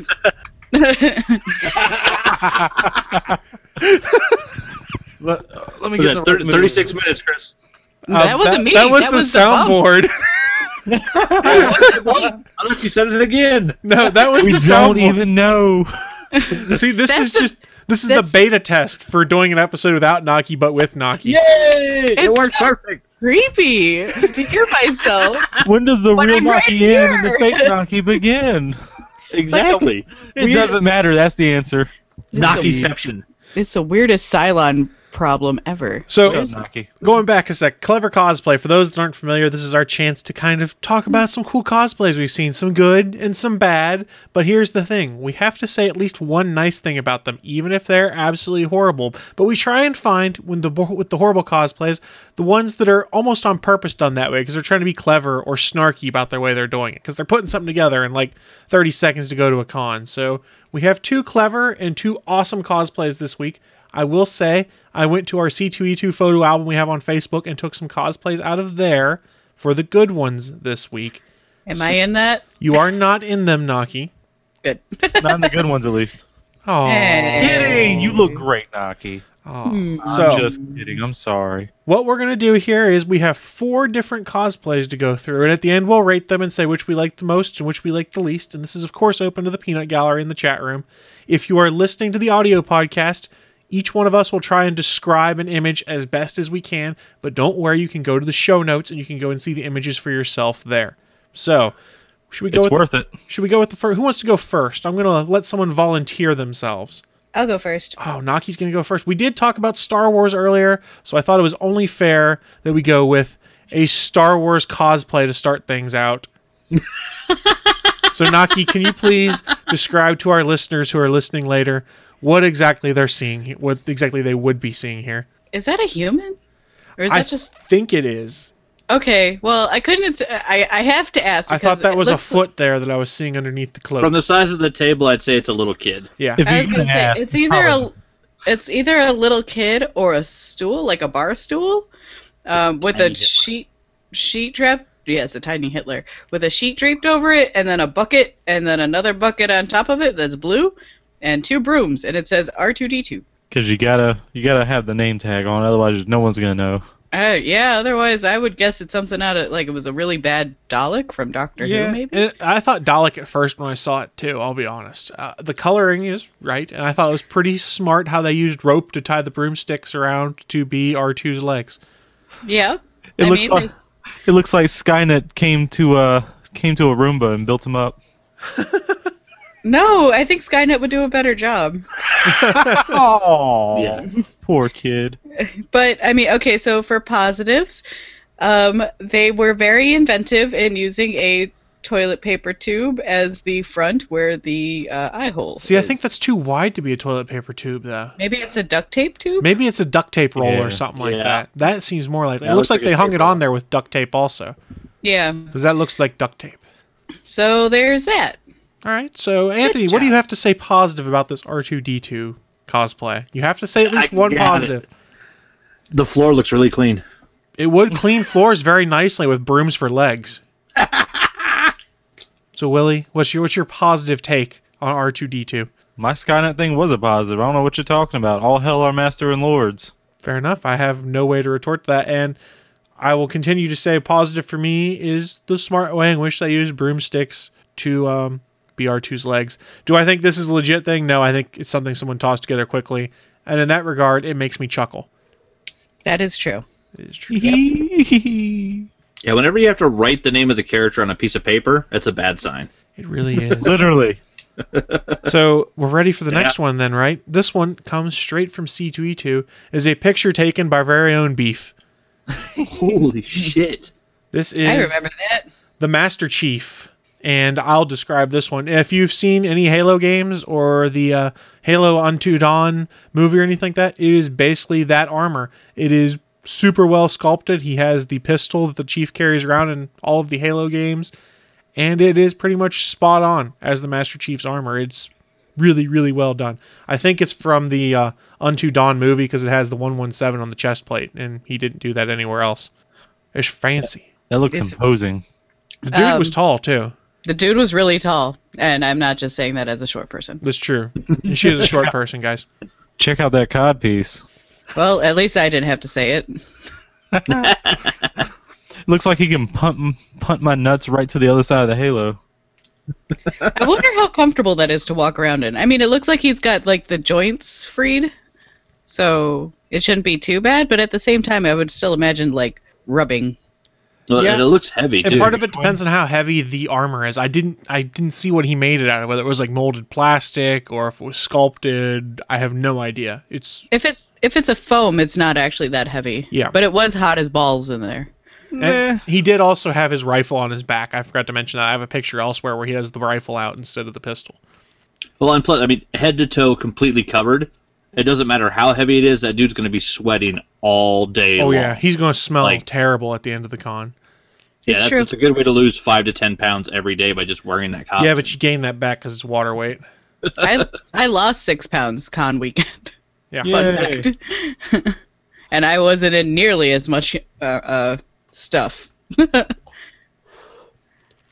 Let, let me
Was
get
that
the
thir- 36 minutes, Chris.
That wasn't me.
Uh, That was
That
the
was the bum.
soundboard.
Unless you said it again.
no, that was
We
the
don't
soundboard.
even know.
See, this
That's
is
the-
just this is the beta test for doing an episode without Naki but with Naki.
Yay! it
It's
worked
so-
perfect.
Creepy to hear myself.
When does the
When
real
I'm right
Naki end and the
here.
fake Naki begin?
Exactly.
It
Weird-
doesn't matter. That's the answer.
Nakiception.
It's the weirdest Cylon problem ever.
So
Naki?
going back a sec, clever cosplay. For those that aren't familiar, this is our chance to kind of talk about some cool cosplays we've seen, some good and some bad. But here's the thing: we have to say at least one nice thing about them, even if they're absolutely horrible. But we try and find when the with the horrible cosplays, the ones that are almost on purpose done that way because they're trying to be clever or snarky about their way they're doing it because they're putting something together in like 30 seconds to go to a con. So we have two clever and two awesome cosplays this week. I will say I went to our C2E2 photo album we have on Facebook and took some cosplays out of there for the good ones this week.
Am I in that?
You are not in them, Naki.
Good.
Not in the good ones, at least.
Oh,
Kidding. You look great, Naki.
so
I'm just kidding. I'm sorry.
what we're gonna do here is we have four different cosplays to go through, and at the end we'll rate them and say which we like the most and which we like the least. And this is of course open to the peanut gallery in the chat room. If you are listening to the audio podcast, each one of us will try and describe an image as best as we can, but don't worry, you can go to the show notes and you can go and see the images for yourself there. So should we go
It's
with the-
worth it.
Should we go with the first? Who wants to go first? I'm gonna let someone volunteer themselves.
I'll go first.
Oh, Naki's going to go first. We did talk about Star Wars earlier, so I thought it was only fair that we go with a Star Wars cosplay to start things out. so, Naki, can you please describe to our listeners who are listening later what exactly they're seeing, what exactly they would be seeing here?
Is that a human? Or is
I
that just
think it is.
okay? Well, I couldn't. I I have to ask.
I
because
thought that
it
was a
looks-
foot there that I was seeing underneath the cloak.
From the size of the table, I'd say it's a little kid.
yeah.
If
I
you're
was gonna
gonna
say
ask,
it's either a, it's either a little kid or a stool, like a bar stool, um, with a
Tiny Hitler.
sheet sheet draped. Yes, a tiny Hitler with a sheet draped over it, and then a bucket, and then another bucket on top of it that's blue, and two brooms, and it says R two D two.
Because you gotta you gotta have the name tag on, otherwise no one's gonna know.
Uh, yeah. Otherwise, I would guess it's something out of like it was a really bad Dalek from Doctor Who, maybe.
and I thought Dalek at first when I saw it too. I'll be honest. Uh, the coloring is right, and I thought it was pretty smart how they used rope to tie the broomsticks around to be R2's legs.
yeah.
It
I
looks
mean,
like
like-
it looks like Skynet came to uh came to a Roomba and built him up.
no, I think Skynet would do a better job.
Oh,
Yeah.
poor kid.
But I mean, okay, so for positives, um, they were very inventive in using a toilet paper tube as the front where the uh, eye hole.
See, I
is.
think that's too wide to be a toilet paper tube, though.
maybe it's a duct tape tube.
Maybe it's a duct tape roll
Yeah.
or something like
Yeah.
that. That seems more like
Yeah,
it.
looks
Looks like
like a
they hung
tape
it on
roll.
there with duct tape also,
Yeah.
because that looks like duct tape.
So there's that.
All right, so Anthony, what do you have to say positive about this R2D2 cosplay? You have to say at least
I
one
got it.
positive.
The floor looks really clean.
It would clean floors very nicely with brooms for legs. so Willie, what's your what's your positive take on R two D two?
My Skynet thing was a positive. I don't know what you're talking about. All hell our master and lords.
Fair enough. I have no way to retort to that, and I will continue to say positive for me is the smart way in which they use broomsticks to um, be R 2s legs. Do I think this is a legit thing? No, I think it's something someone tossed together quickly, and in that regard, it makes me chuckle.
That is true.
It is true.
Yeah, whenever you have to write the name of the character on a piece of paper, that's a bad sign.
It really is.
Literally.
so we're ready for the next one then, right? This one comes straight from C2E2. Is a picture taken by our very own beef. Hmm.
Holy shit!
This is
I remember that.
the Master Chief, and I'll describe this one. If you've seen any Halo games or the uh, Halo Unto Dawn movie or anything like that, it is basically that armor. It is super well sculpted. He has the pistol that the Chief carries around in all of the Halo games, and it is pretty much spot on as the Master Chief's armor. It's really, really well done. I think it's from the uh, Unto Dawn movie because it has the 117 on the chest plate, and he didn't do that anywhere else. It's fancy.
That looks imposing.
The dude was
Um,
tall too.
The dude was really tall, and I'm not just saying that as a short person.
That's true. And she is a short person, guys.
Check out that cod piece.
Well, at least I didn't have to say it.
Looks like he can punt punt my nuts right to the other side of the halo.
I wonder how comfortable that is to walk around in. I mean, it looks like he's got like the joints freed, so it shouldn't be too bad. But at the same time, I would still imagine like rubbing.
Well,
Yeah.
and it looks heavy
And
too.
part of it depends on how heavy the armor is. I didn't I didn't see what he made it out of, whether it was like molded plastic or if it was sculpted. I have no idea. It's
If it if it's a foam, it's not actually that heavy.
Yeah.
But it was hot as balls in there.
and he did also have his rifle on his back. I forgot to mention that. I have a picture elsewhere where he has the rifle out instead of the pistol.
Well, and plus, I mean, head to toe completely covered. It doesn't matter how heavy it is. That dude's going to be sweating all day.
Oh
long.
yeah, he's going to smell
Like-
terrible at the end of the con.
yeah.
It's
That's,
true.
that's a good way to lose five to ten pounds every day by just wearing that costume.
Yeah, but you gain that back cuz it's water weight.
I I lost six pounds con weekend.
Yeah.
Fun fact. and I wasn't in nearly as much uh, uh, stuff.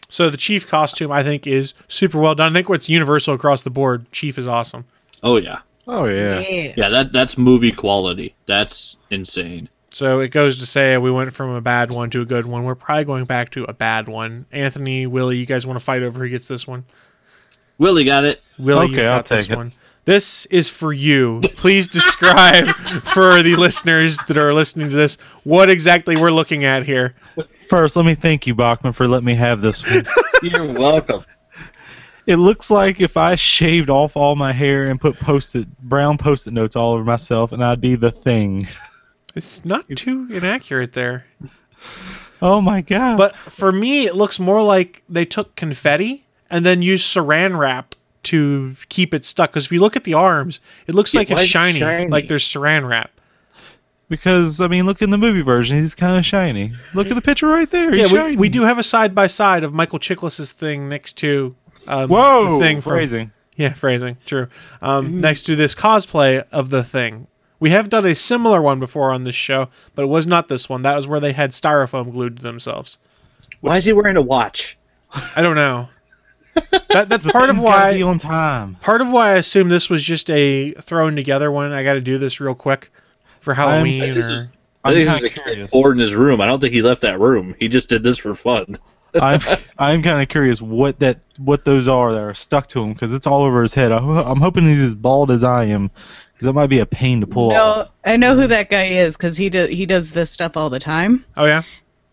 So the chief costume I think is super well done. I think what's universal across the board, chief is awesome.
oh yeah,
Oh yeah.
yeah. That that's movie quality. That's insane.
So it goes to say we went from a bad one to a good one. We're probably going back to a bad one. Anthony, Willie, you guys want to fight over who gets this one?
Willie got it.
Willie, you
Okay, I'll
got this
take it.
one. This is for you. Please describe for the listeners that are listening to this what exactly we're looking at here.
First, let me thank you, Bachman, for letting me have this one.
You're welcome.
it looks like if I shaved off all my hair and put post-it brown post-it notes all over myself, and I'd be the thing.
It's not too inaccurate there.
Oh my god!
But for me, it looks more like they took confetti and then used saran wrap to keep it stuck. Because if you look at the arms, it looks
Yeah,
like
why
it's
is it
shiny,
shiny?
like there's saran wrap.
because I mean, look in the movie version; he's kind of shiny. Look at the picture right there. He's
yeah, we,
shiny.
we do have a side by side of Michael Chiklis's thing next to um,
Whoa!
the thing from,
phrasing. Mm.
Yeah, phrasing. True. Um, Next to this cosplay of the thing. We have done a similar one before on this show, but it was not this one. That was where they had styrofoam glued to themselves.
Why is he wearing a watch?
I don't know. That, that's part of
He's gotta be
why.
on time.
Part of why I assume this was just a thrown together one. I got to do this real quick for Halloween.
this I
Or,
I'm
think
kinda
this is a kid
curious.
bored in his room. I don't think he left that room. He just did this for fun.
I'm I'm kind of curious what that what those are that are stuck to him because it's all over his head. I, ho- I'm hoping he's as bald as I am because that might be a pain to pull off.
No, I know who that guy is because he do, he does this stuff all the time,
oh yeah,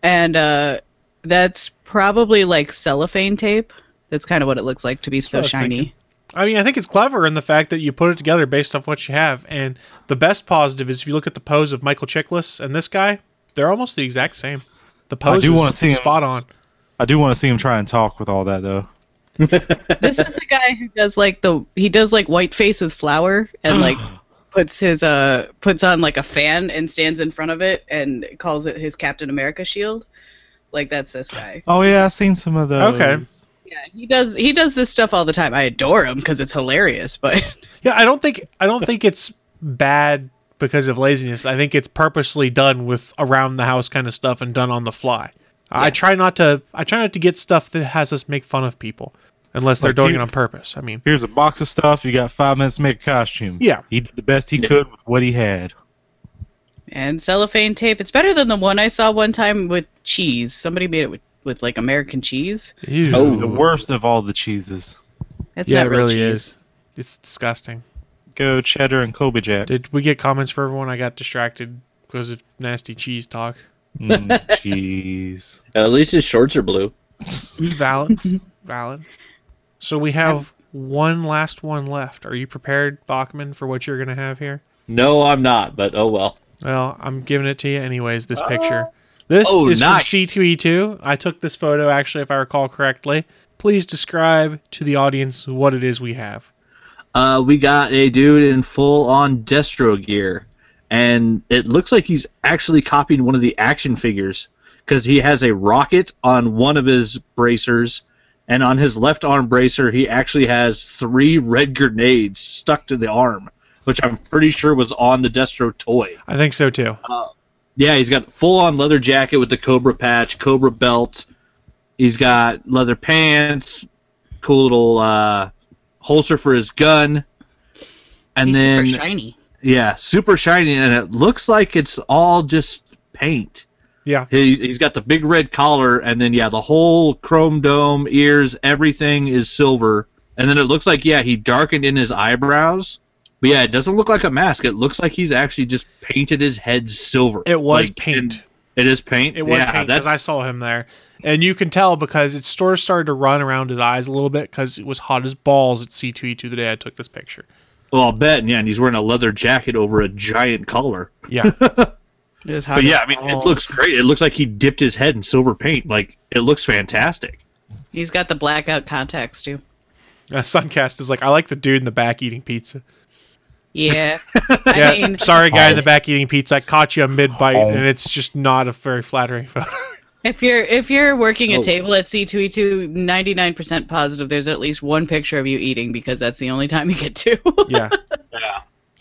and uh, that's probably like cellophane tape. That's kind of what it looks like to be so
what I was
shiny.
I mean, I think it's clever in the fact that you put it together based off what you have. And the best positive is if you look at the pose of Michael Chiklis and this guy, they're almost the exact same. The pose
do wanna
is
see him.
spot on.
I do want to see him try and talk with all that though.
this is the guy who does like the he does like white face with flour and like puts his uh puts on like a fan and stands in front of it and calls it his Captain America shield. Like that's this guy.
Oh yeah, I've seen some of those.
Okay.
Yeah, he does he does this stuff all the time. I adore him because it's hilarious, but
Yeah, I don't think I don't think it's bad because of laziness. I think it's purposely done with around the house kind of stuff and done on the fly. I try not to I try not to get stuff that has us make fun of people unless they're
Like
doing
you-
it on purpose. I mean,
Here's a box of stuff. You got five minutes to make a costume.
Yeah.
He did the best he could with what he had.
and cellophane tape. It's better than the one I saw one time with cheese. Somebody made it with, with like American cheese.
oh,
The worst of all the cheeses.
That's
yeah, it
not real
really
cheese.
is. It's disgusting.
Go cheddar and Kobe Jack.
Did we get comments for everyone? I got distracted because of nasty cheese talk.
Mm, Jeez.
At least his shorts are blue.
Valid, valid. So we have one last one left. Are you prepared, Bachman, for what you're going to have here?
No, I'm not, but oh well.
Well, I'm giving it to you anyways. This picture. This
Uh, Oh,
is
nice.
from C2E2. I took this photo actually, if I recall correctly. Please describe to the audience what it is we have.
Uh, we got a dude in full on Destro gear, and it looks like he's actually copying one of the action figures because he has a rocket on one of his bracers, and on his left arm bracer, he actually has three red grenades stuck to the arm, which I'm pretty sure was on the Destro toy.
I think so too.
Uh, Yeah, he's got full on leather jacket with the cobra patch, cobra belt. He's got leather pants, cool little uh, holster for his gun, and
He's
then
super shiny.
yeah, super shiny, and it looks like it's all just paint.
Yeah.
He, he's got the big red collar, and then yeah, the whole chrome dome, ears, everything is silver, and then it looks like yeah, he darkened in his eyebrows. But yeah, it doesn't look like a mask. It looks like he's actually just painted his head silver.
It was
Like,
paint.
It is paint.
It was
yeah,
paint
that's
because I saw him there, and you can tell because it sort of started to run around his eyes a little bit because it was hot as balls at C2E2 the day I took this picture.
well, I'll bet. Yeah, and he's wearing a leather jacket over a giant collar.
Yeah.
But yeah, I mean,
Oh.
it looks great. It looks like he dipped his head in silver paint. Like it looks fantastic.
He's got the blackout contacts too.
Uh, Suncast is like, I like the dude in the back eating pizza.
Yeah.
yeah,
I mean,
sorry, guy in the back eating pizza. I caught you mid bite, and it's just not a very flattering photo.
If you're if you're working a
Oh.
table at E C2E2, 99% positive there's at least one picture of you eating because that's the only time you get to.
yeah.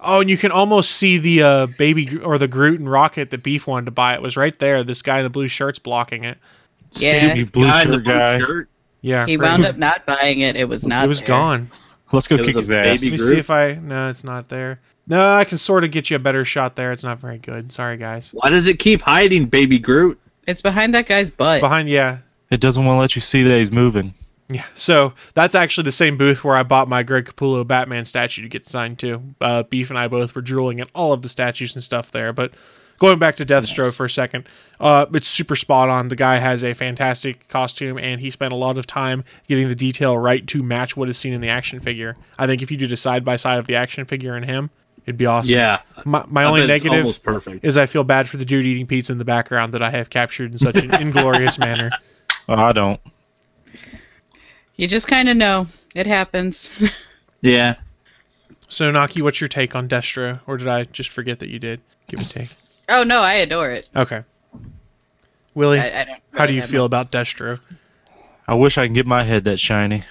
Oh, and you can almost see the uh, baby Gro- or the Groot and Rocket that Beef wanted to buy. It was right there. This guy in the blue shirt's blocking it.
Yeah. Stupid blue Guy in the shirt blue guy. shirt.
Yeah,
he
right.
wound up not buying it. It was not.
It was
there.
gone.
Let's go It was kick a his ass.
Let
baby
me see
Groot.
if I. No, it's not there. No, I can sort of get you a better shot there. It's not very good. Sorry, guys.
Why does it keep hiding, Baby Groot?
It's behind that guy's butt.
behind, yeah.
It doesn't want to let you see that he's moving.
Yeah. So that's actually the same booth where I bought my Greg Capullo Batman statue to get signed to. Uh, Beef and I both were drooling at all of the statues and stuff there. But going back to Deathstroke for a second, uh, it's super spot on. The guy has a fantastic costume, and he spent a lot of time getting the detail right to match what is seen in the action figure. I think if you did a side by side of the action figure and him, it'd be awesome.
Yeah.
My, my
I
only
bet it's
negative
almost perfect.
is I feel bad for the dude eating pizza in the background that I have captured in such an inglorious manner.
I don't.
You just kind of know it happens.
Yeah.
So Naki, what's your take on Destro? Or did I just forget that you did? Give me a take.
oh no, I adore it.
Okay. Willie,
I- I don't
how do
really
you
have
feel about Destro?
I wish I could get my head that shiny.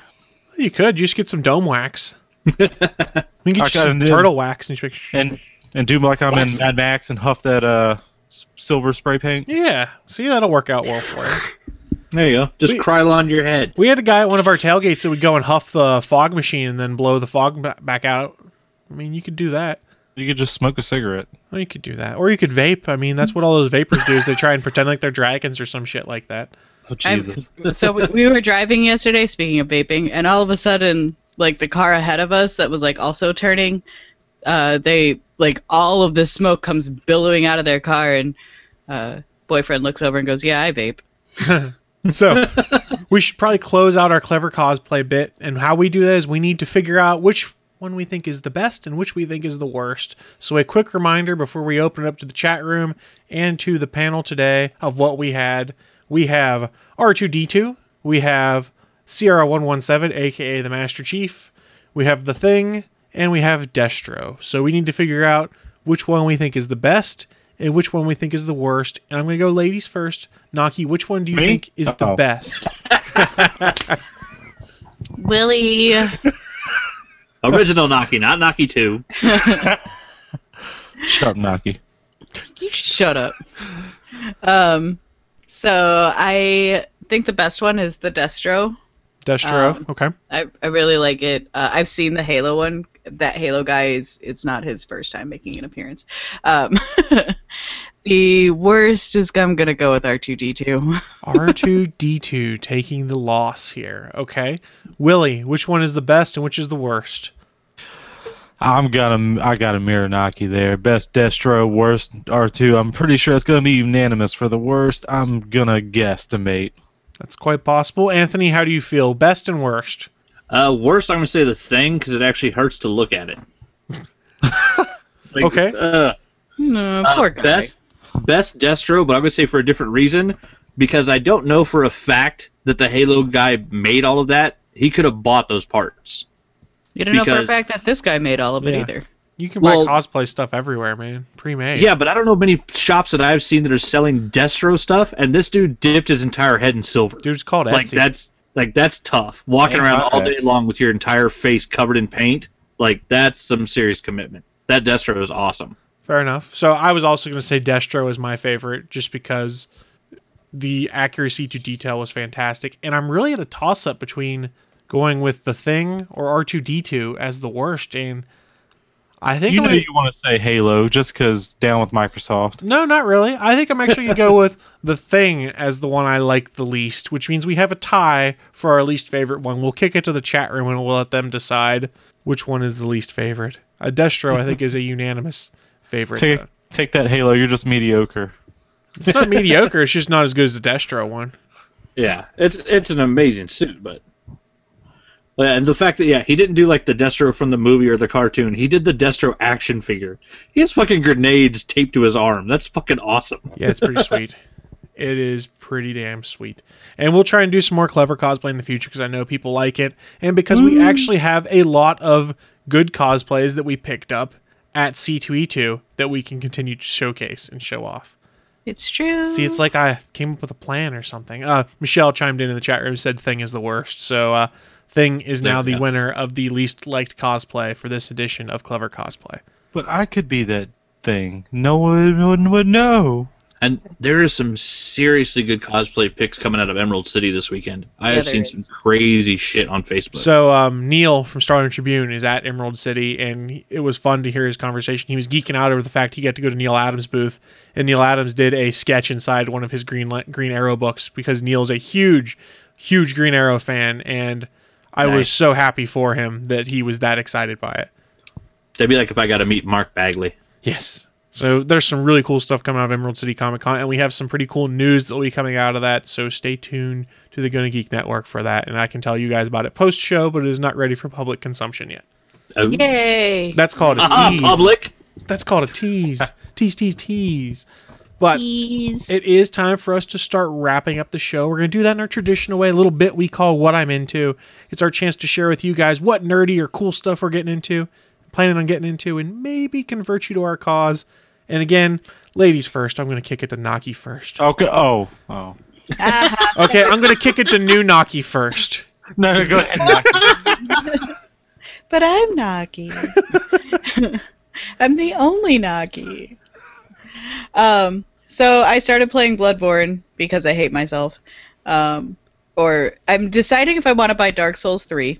You could. You just get some dome wax. We can
I
get you
got
some
it.
turtle wax and just make sure.
And and do like I'm in Mad Max and huff that uh s- silver spray paint.
Yeah. See, that'll work out well for you.
There you go. Just Krylon your head.
We had a guy at one of our tailgates that would go and huff the fog machine and then blow the fog ba- back out. I mean, you could do that.
You could just smoke a cigarette.
Well, you could do that. Or you could vape. I mean, that's what all those vapors do is they try and pretend like they're dragons or some shit like that.
Oh,
Jesus. so we, we were driving yesterday, speaking of vaping, and all of a sudden, like the car ahead of us that was like also turning, uh, they like all of this smoke comes billowing out of their car, and uh, boyfriend looks over and goes, "Yeah, I vape."
So we should probably close out our clever cosplay bit. And how we do that is we need to figure out which one we think is the best and which we think is the worst. So a quick reminder before we open it up to the chat room and to the panel today of what we had. We have R2D2. We have Sierra 117, aka the Master Chief. We have the Thing, and we have Destro. So we need to figure out which one we think is the best and which one we think is the worst. And I'm going to go ladies first. Naki, which one do you
Me?
think is the
Uh-oh.
best?
Willie.
Original Naki, not Naki 2.
Shut up, Naki.
You shut up. Um, so I think the best one is the Destro.
Destro. okay.
I, I really like it. Uh, I've seen the Halo one. That Halo guy is it's not his first time making an appearance. Um, the worst is I'm gonna go with R two D two.
R2D2 taking the loss here. Okay. Willie, which one is the best and which is the worst?
I'm gonna I got a Miranaki there. Best Destro, worst R2. I'm pretty sure it's gonna be unanimous for the worst. I'm gonna guesstimate.
That's quite possible. Anthony, how do you feel? Best and worst?
Uh, worst, I'm gonna say the thing because it actually hurts to look at it. Like,
Okay.
Uh,
No,
uh,
poor guy.
Best, best Destro, but I'm gonna say for a different reason because I don't know for a fact that the Halo guy made all of that. He could have bought those parts.
You don't know for a
because-
fact that this guy made all of it
Yeah.
either.
You can
Well-
buy cosplay stuff everywhere, man. Pre-made.
Yeah, but I don't know many shops that I've seen that are selling Destro stuff, and this dude dipped his entire head in silver.
Dude's called
Like
Etsy.
that's like that's tough. Walking
Hey,
around all
Fox.
day long with your entire face covered in paint, like that's some serious commitment. That Destro is awesome.
Fair enough. So I was also going to say Destro is my favorite just because the accuracy to detail was fantastic. And I'm really at a toss up between going with The Thing or R2D2 as the worst. And I think
You
I'm
know
gonna-
you want to say Halo just because down with Microsoft.
No, not really. I think I'm actually going to go with The Thing as the one I like the least, which means we have a tie for our least favorite one. We'll kick it to the chat room and we'll let them decide which one is the least favorite. A Destro, I think, is a unanimous favorite.
Take
though.
take that Halo. You're just mediocre.
It's not mediocre. It's just not as good as the Destro one.
Yeah, it's it's an amazing suit, but Yeah, and the fact that yeah, he didn't do like the Destro from the movie or the cartoon. He did the Destro action figure. He has fucking grenades taped to his arm. That's fucking awesome.
Yeah, it's pretty sweet. It is pretty damn sweet. And we'll try and do some more clever cosplay in the future because I know people like it. And because we
Mm.
actually have a lot of good cosplays that we picked up at C2E2 that we can continue to showcase and show off.
It's true.
See, it's like I came up with a plan or something. Uh, Michelle chimed in in the chat room and said Thing is the worst. So uh, Thing is now
There we
the
go.
winner of the least liked cosplay for this edition of Clever Cosplay.
But I could be that thing. No one would know.
And there is some seriously good cosplay pics coming out of Emerald City this weekend. I
Yeah,
have
there
seen
is.
some crazy shit on Facebook.
So um, Neil from Star Tribune is at Emerald City, and he- it was fun to hear his conversation. He was geeking out over the fact he got to go to Neil Adams' booth, and Neil Adams did a sketch inside one of his Green Lan- Green Arrow books because Neil's a huge, huge Green Arrow fan, and I was
Nice.
so happy for him that he was that excited by it.
That'd be like if I got to meet Mark Bagley.
Yes. So there's some really cool stuff coming out of Emerald City Comic Con, and we have some pretty cool news that will be coming out of that. So stay tuned to the Gonna Geek Network for that, and I can tell you guys about it post show, but it is not ready for public consumption yet.
Oh.
Yay!
That's called a
Ah,
Aha,
tease.
public.
That's called a tease. tease, tease, tease. But
Please.
it is time for us to start wrapping up the show. We're going to do that in our traditional way, a little bit we call What I'm Into. It's our chance to share with you guys what nerdy or cool stuff we're getting into, planning on getting into, and maybe convert you to our cause. And again, ladies first, I'm going to kick it to Naki first.
Okay. Oh. Oh.
Okay, I'm going to kick it to new Naki first.
No. no, Go ahead. Knock.
But I'm Nagi. I'm the only Nagi. Um, so I started playing Bloodborne because I hate myself. Um, or I'm deciding if I want to buy Dark Souls 3.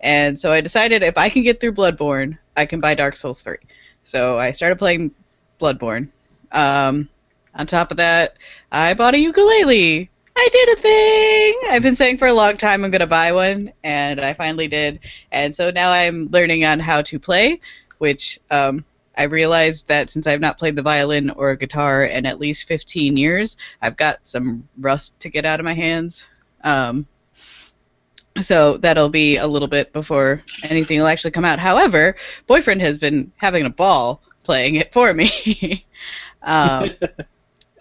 And so I decided if I can get through Bloodborne, I can buy Dark Souls 3. So I started playing Bloodborne. Um, on top of that, I bought a ukulele. I did a thing. I've been saying for a long time I'm going to buy one, and I finally did. And so now I'm learning on how to play, which um, I realized that since I've not played the violin or guitar in at least 15 years, I've got some rust to get out of my hands. Um, so that'll be a little bit before anything will actually come out. However, boyfriend has been having a ball playing it for me. um,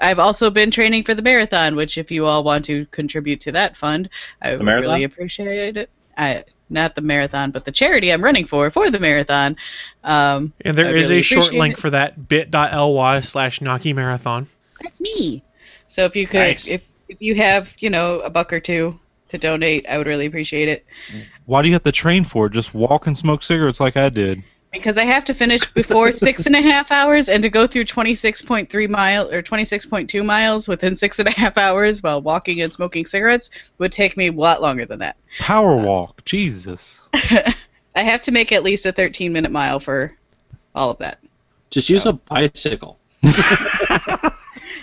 I've also been training for the marathon, which if you all want to contribute to that fund, I would
marathon?
really appreciate it. I, not the marathon, but the charity I'm running for for the marathon. Um,
And there
I
is
really
a short
appreciate
link
it.
for that bit.ly slash Naki Marathon.
That's me. So if you could,
Nice.
if if you have, you know, a buck or two to donate, I would really appreciate it.
Why do you have to train for it? Just walk and smoke cigarettes like I did.
because I have to finish before six and a half hours, and to go through twenty six point three mile or twenty six point two miles within six and a half hours while walking and smoking cigarettes would take me a lot longer than that.
Power walk. Jesus.
I have to make at least a thirteen minute mile for all of that.
Just use a bicycle.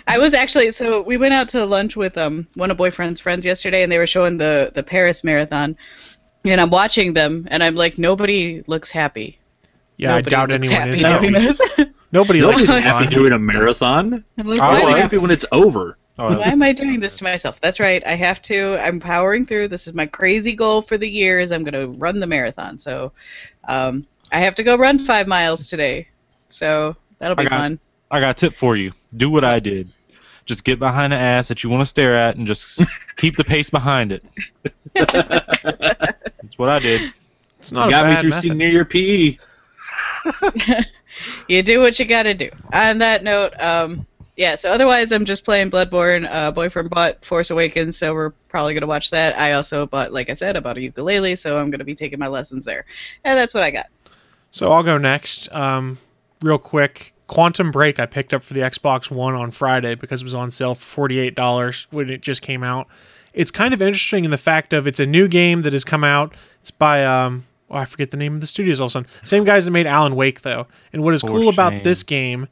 I was actually so we went out to lunch with um one of boyfriend's friends yesterday, and they were showing the the Paris marathon, and I'm watching them, and I'm like, nobody looks happy.
Yeah,
Nobody
I doubt
looks
anyone
happy
is.
doing
Nobody,
this.
nobody likes
Nobody's
to
happy
run.
doing a marathon.
I'm like,
I
Nobody's
"Why
was.
do you
happy when it's over.
Oh,
Why am I doing this to myself? That's right. I have to. I'm powering through. This is my crazy goal for the year. Is I'm going to run the marathon. So, um, I have to go run five miles today. So that'll be
I got,
fun.
I got a tip for you. Do what I did. Just get behind the ass that you want to stare at and just keep the pace behind it. That's what I did.
It's
not a Got me bad through method. senior
year
E,
PE.
You do what you got to do. On that note, um, yeah. So otherwise, I'm just playing Bloodborne. Uh, boyfriend bought Force Awakens, so we're probably going to watch that. I also bought, like I said, I bought a ukulele, so I'm going to be taking my lessons there. And that's what I got.
So I'll go next. Um, real quick, Quantum Break I picked up for the Xbox One on Friday because it was on sale for forty eight dollars when it just came out. It's kind of interesting in the fact of it's a new game that has come out. It's by um, oh, I forget the name of the studios all of a sudden. Same guys that made Alan Wake though. And what is
For
cool about
shame.
this game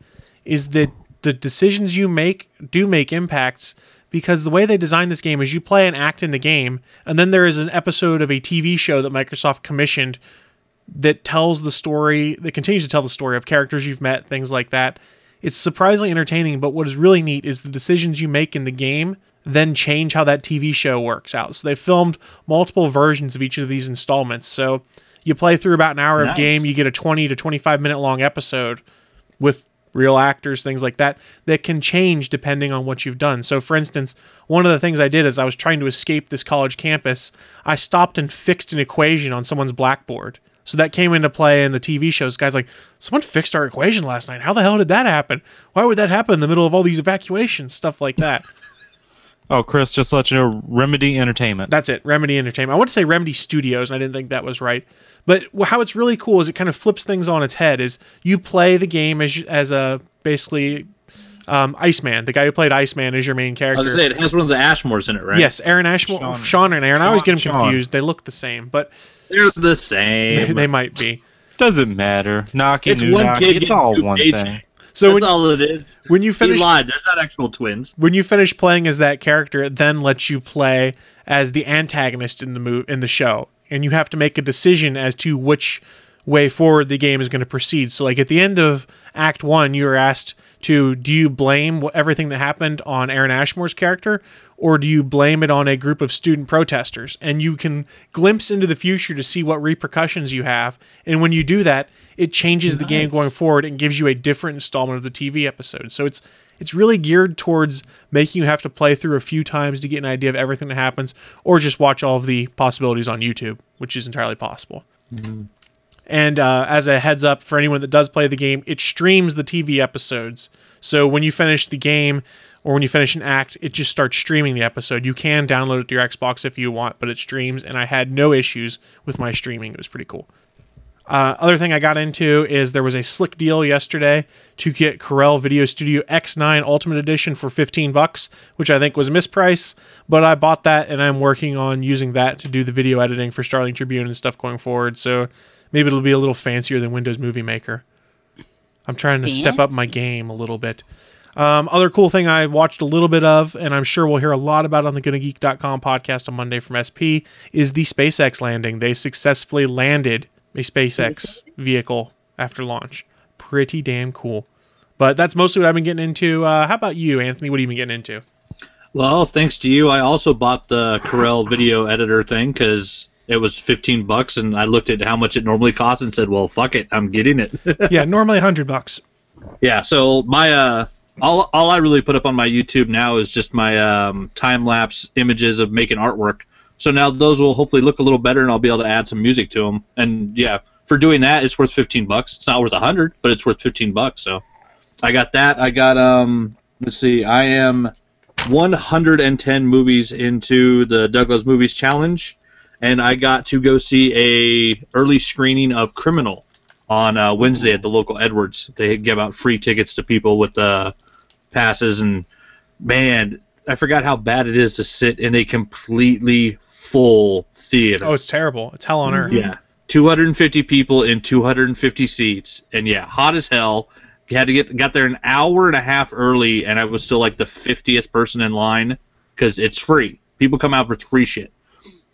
is that the decisions you make do make impacts because the way they designed this game is you play and act in the game, and then there is an episode of a TV show that Microsoft commissioned that tells the story that continues to tell the story of characters you've met things like that it's surprisingly entertaining but what is really neat is the decisions you make in the game then change how that tv show works out so they filmed multiple versions of each of these installments so you play through about an hour
Nice.
of game you get a 20 to 25 minute long episode with real actors, things like that, that can change depending on what you've done. So, for instance, one of the things I did is I was trying to escape this college campus. I stopped and fixed an equation on someone's blackboard. So that came into play in the TV shows. Guys, like, someone fixed our equation last night. How the hell did that happen? Why would that happen in the middle of all these evacuations? Stuff like that.
Oh, Chris, just to let you know, Remedy Entertainment.
That's it, Remedy Entertainment. I want to say Remedy Studios, and I didn't think that was right. But wh- how it's really cool is it kind of flips things on its head. Is you play the game as you- as a basically um, Iceman, the guy who played Iceman is your main
I
character.
was gonna say it has one of the Ashmores in it, right?
Yes, Aaron Ashmore, Sean, and Aaron. I always get them
Sean.
confused. They look the same, but
they're the
they,
same.
they might be.
Doesn't matter. Knocky,
It's one
knocky,
kid
It's
getting
all
two
one
paychecks.
thing.
So
That's
when-
all it is.
When you finish,
he lied. There's not actual twins.
when you finish playing as that character, it then lets you play as the antagonist in the move in the show, and you have to make a decision as to which way forward the game is going to proceed. So, like at the end of Act One, you are asked to do you blame wh- everything that happened on Aaron Ashmore's character, or do you blame it on a group of student protesters? And you can glimpse into the future to see what repercussions you have, and when you do that, it changes the game going forward and gives you a different installment of the TV episode. So it's it's really geared towards making you have to play through a few times to get an idea of everything that happens, or just watch all of the possibilities on YouTube, which is entirely possible. And uh, as a heads up for anyone that does play the game, it streams the TV episodes. So when you finish the game or when you finish an act, it just starts streaming the episode. You can download it to your Xbox if you want, but it streams. And I had no issues with my streaming. It was pretty cool. Uh, other thing I got into is there was a slick deal yesterday to get Corel Video Studio X9 Ultimate Edition for 15 bucks, which I think was a misprice, but I bought that and I'm working on using that to do the video editing for Starling Tribune and stuff going forward. So maybe it'll be a little fancier than Windows Movie Maker. I'm trying to step up my game a little bit. Um, other cool thing I watched a little bit of, and I'm sure we'll hear a lot about on the GonnaGeek.com podcast on Monday from SP, is the SpaceX landing. They successfully landed a SpaceX vehicle after launch. Pretty damn cool. But that's mostly what I've been getting into. Uh, how about you, Anthony? What have you been getting into?
Well, thanks to you, I also bought the Corel video editor thing because it was 15 bucks, and I looked at how much it normally costs and said, "Well, fuck it, I'm getting it."
yeah, normally 100 bucks.
yeah. So my uh, all all I really put up on my YouTube now is just my um, time lapse images of making artwork. So now those will hopefully look a little better, and I'll be able to add some music to them. And yeah, for doing that, it's worth 15 bucks. It's not worth 100, but it's worth 15 bucks. So I got that. I got um. Let's see. I am 110 movies into the Douglas Movies Challenge, and I got to go see a early screening of Criminal on uh, Wednesday at the local Edwards. They give out free tickets to people with uh, passes, and man, I forgot how bad it is to sit in a completely full theater.
Oh, it's terrible. It's hell on earth.
Yeah. 250 people in 250 seats, and yeah, hot as hell. Had to get got there an hour and a half early, and I was still like the 50th person in line because it's free. People come out for free shit.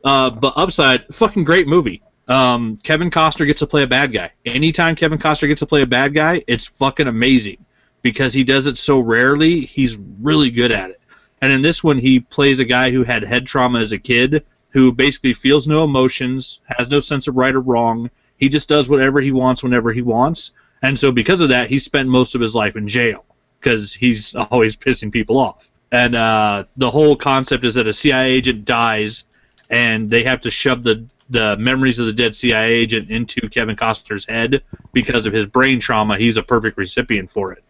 Uh, but upside, fucking great movie. Um, Kevin Costner gets to play a bad guy. Anytime Kevin Costner gets to play a bad guy, it's fucking amazing because he does it so rarely. He's really good at it. And in this one, he plays a guy who had head trauma as a kid, who basically feels no emotions, has no sense of right or wrong. He just does whatever he wants whenever he wants. And so, because of that, he spent most of his life in jail because he's always pissing people off. And uh, the whole concept is that a CIA agent dies, and they have to shove the the memories of the dead CIA agent into Kevin Costner's head because of his brain trauma. He's a perfect recipient for it.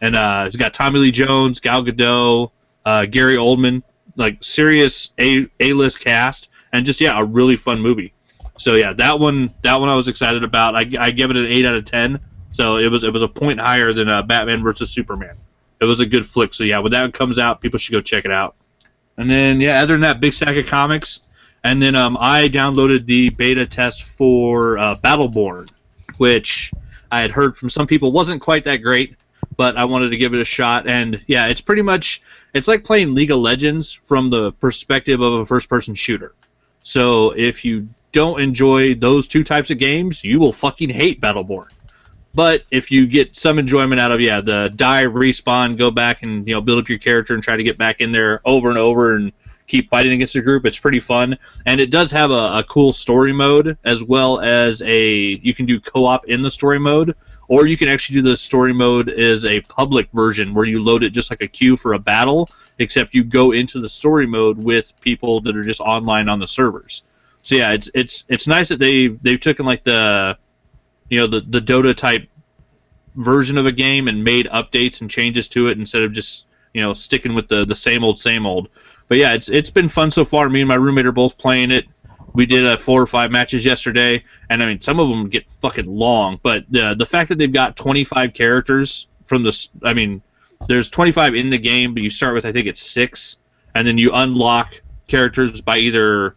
And uh, he's got Tommy Lee Jones, Gal Gadot, uh, Gary Oldman, like serious A A list cast, and just yeah, a really fun movie. So yeah, that one that one I was excited about. I, I give it an eight out of ten. So it was it was a point higher than uh, Batman versus Superman. It was a good flick. So yeah, when that comes out, people should go check it out. And then yeah, other than that, big stack of comics. And then um, I downloaded the beta test for uh, Battleborn, which I had heard from some people wasn't quite that great, but I wanted to give it a shot. And yeah, it's pretty much it's like playing League of Legends from the perspective of a first-person shooter. So if you don't enjoy those two types of games, you will fucking hate Battleborn. But if you get some enjoyment out of yeah, the die, respawn, go back and you know build up your character and try to get back in there over and over and keep fighting against the group. It's pretty fun, and it does have a, a cool story mode as well as a you can do co-op in the story mode, or you can actually do the story mode as a public version where you load it just like a queue for a battle, except you go into the story mode with people that are just online on the servers. So yeah, it's it's it's nice that they they've taken like the you know the the Dota type version of a game and made updates and changes to it instead of just you know sticking with the the same old same old but yeah, it's it's been fun so far. Me and my roommate are both playing it. We did uh, four or five matches yesterday, and I mean, some of them get fucking long. But uh, the fact that they've got 25 characters from this, I mean, there's 25 in the game, but you start with I think it's six, and then you unlock characters by either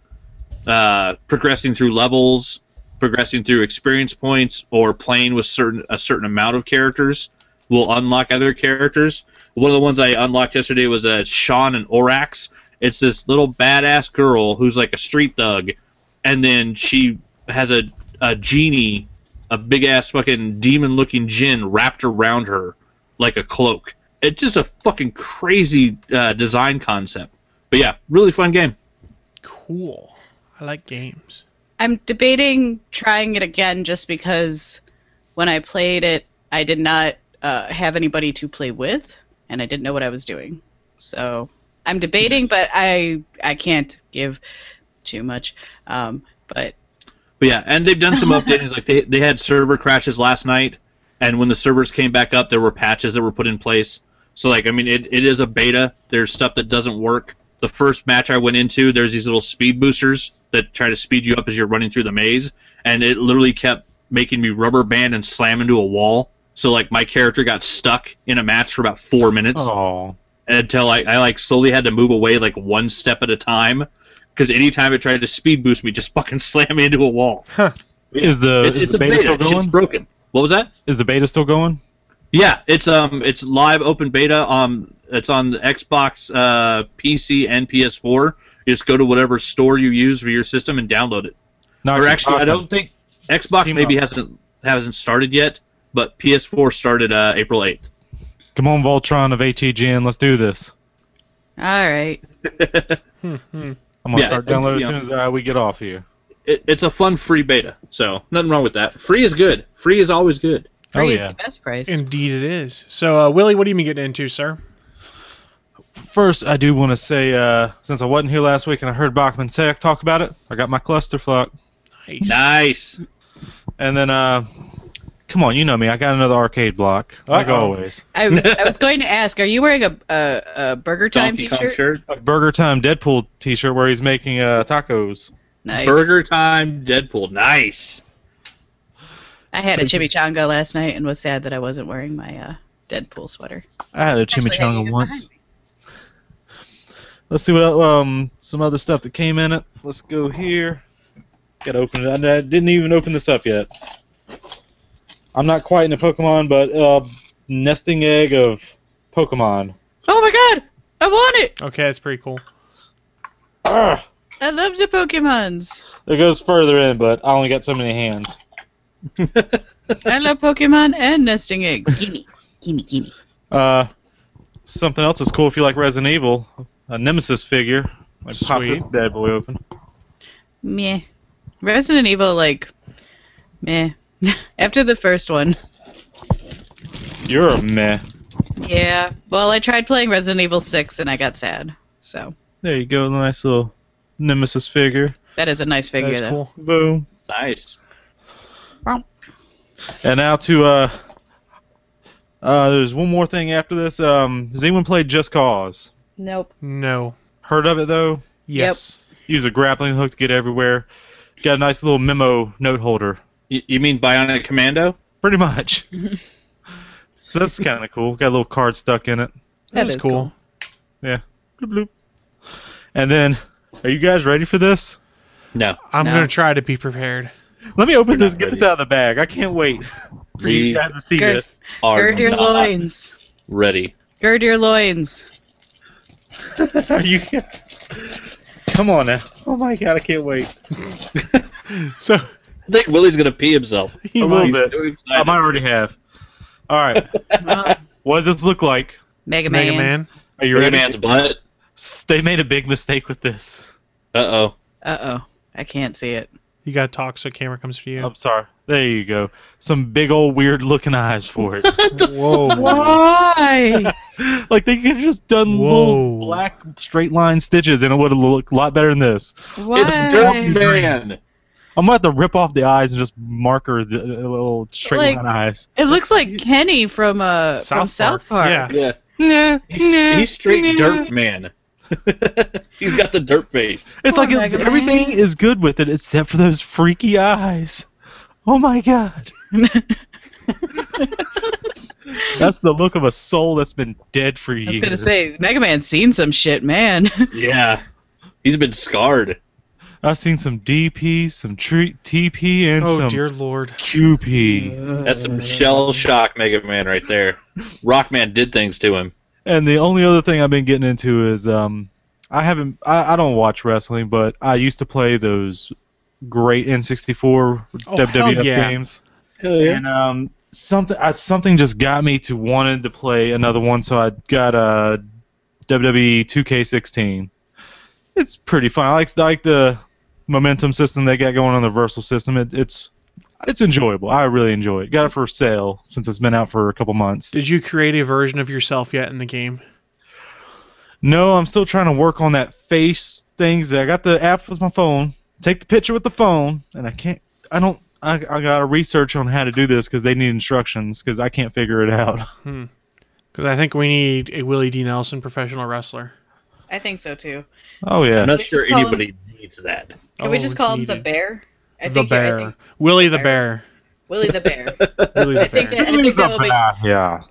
uh, progressing through levels, progressing through experience points, or playing with certain a certain amount of characters will unlock other characters. One of the ones I unlocked yesterday was uh, Sean and Orax. It's this little badass girl who's like a street thug, and then she has a, a genie, a big ass fucking demon looking djinn wrapped around her like a cloak. It's just a fucking crazy uh, design concept. But yeah, really fun game.
Cool. I like games.
I'm debating trying it again just because when I played it, I did not uh, have anybody to play with, and I didn't know what I was doing. So I'm debating, but I I can't give too much. Um, but
But yeah, and they've done some updates. Like they, they had server crashes last night, and when the servers came back up, there were patches that were put in place. So like I mean, it, it is a beta. There's stuff that doesn't work. The first match I went into, there's these little speed boosters that try to speed you up as you're running through the maze, and it literally kept making me rubber band and slam into a wall. So like my character got stuck in a match for about four minutes.
Oh.
Until I, I like slowly had to move away like one step at a time, because anytime it tried to speed boost me, just fucking slam me into a wall.
Is the
It-
is
it's
the
a
beta,
beta.
still
Shit's
going?
broken. What was that?
Is the beta still going?
Yeah, it's um it's live open beta. Um, it's on the Xbox, uh, PC, and PS4. You just go to whatever store you use for your system and download it.
Not
or actually, I don't think Xbox
Steam
maybe
up.
hasn't hasn't started yet, but PS4 started uh, April eighth.
Come on, Voltron of ATGN, let's do this.
all right.
I'm gonna
Yeah,
start downloading
yeah.
as soon as uh, we get off here.
it, it's a fun free beta, so nothing wrong with that. Free is good. Free is always good.
Oh,
Free is the best price.
Indeed, it is. So, uh, Willie, what have you been getting into, sir?
First, I do want to say, uh, since I wasn't here last week and I heard Bachman Tech talk about it, I got my clusterfuck.
Nice.
Nice.
And then, uh, come on, you know me, I got another arcade block, like
Uh-oh.
always.
I was I was going to ask, are you wearing a a, a Burger Time T-shirt?
A Burger Time Deadpool T-shirt where he's making uh, tacos.
Nice.
Burger Time Deadpool. Nice.
I had a chimichanga last night and was sad that I wasn't wearing my uh, Deadpool sweater.
I had a
Actually, I
chimichanga
need it
once. Let's see what el- um some other stuff that came in it. Let's go here. Gotta open it. I I didn't even open this up yet. I'm not quite into Pokemon, but uh, nesting egg of Pokemon.
Oh my god, I want it!
Okay, that's pretty cool.
Arrgh!
I love the Pokemons.
It goes further in, but I only got so many hands.
I love Pokemon and nesting eggs. Gimme, gimme, gimme.
Uh, something else that's cool if you like Resident Evil, a Nemesis figure. Like pop this
Sweet.
bad boy open.
Meh. Resident Evil, like, meh. After the first one.
You're a meh.
Yeah. Well, I tried playing Resident Evil 6 and I got sad. So,
There you go, the nice little Nemesis figure.
that is a nice figure,
is
though.
cool. Boom.
Nice.
And now to uh, uh, there's one more thing after this. Um, has anyone played Just Cause?
Nope.
No.
Heard of it though?
Yes.
Use a grappling hook to get everywhere. Got a nice little memo note holder.
You, you mean Bionic Commando?
Pretty much. so that's kind of cool. Got a little card stuck in it.
That That is is cool. cool.
Yeah. Bloop, bloop. And then, are you guys ready for this?
No.
I'm
No.
gonna try to be prepared.
Let me open this. Get this out of the bag. I can't wait for
We
you guys to see
Good.
this.
Are
Gird your
not
loins.
Ready.
Gird your loins.
Are you? Come on now. Oh my god, I can't wait.
So
I think Willie's gonna pee himself.
a little bit. I might already have. All right. what does this look like?
Mega Man.
Are you
Mega
ready?
Man's butt.
S- They made a big mistake with this.
Uh oh.
Uh oh. I can't see it.
You gotta talk so camera comes to you.
I'm sorry. There you go. Some big old weird looking eyes for it.
Whoa.
Why?
like they could have just done
Whoa.
little black straight line stitches, and it would have looked a lot better than this.
Why?
It's Dirt Man.
I'm gonna have to rip off the eyes and just marker the uh, little straight
Like-
line eyes.
It looks like Kenny from uh from South Park.
Yeah.
Yeah.
Yeah, yeah,
He's straight
yeah.
Dirt Man. He's got the dirt face.
It's
Come
like
on,
it's,
Mega Man.
everything is good with it except for those freaky eyes. Oh my god. that's the look of a soul that's been dead for
I was
years.
gonna say Mega Man's seen some shit, man.
Yeah. He's been scarred.
I've seen some DP, some tre- TP, and
Oh
some
dear lord.
QP.
That's some shell shock Mega Man right there. Rockman did things to him.
And the only other thing I've been getting into is um, I haven't I, I don't watch wrestling, but I used to play those great N64
Oh, hell
WWF
yeah.
games.
Hell yeah.
And um, something I, something just got me to wanted to play another one, so I got a E WWE 2K16. It's pretty fun. I like, I like the momentum system they got going on the Versal system. It, it's it's enjoyable. I really enjoy it. Got it for sale since it's been out for a couple months.
Did you create a version of yourself yet in the game?
No, I'm still trying to work on that face things. I got the app with my phone. Take the picture with the phone, and I can't. I don't. I, I got to research on how to do this because they need instructions because I can't figure it out.
Because I think we need a Willie D. Nelson professional wrestler.
I think so too.
Oh yeah.
I'm not
Just
sure
call him-
anybody needs that.
Can we
Oh, it's
just call him the
needed.
bear? I
the
think you're- I
bear.
think
Willie the bear.
Willie the bear.
Willie
I
the
think
bear.
that, I think that will be
yeah.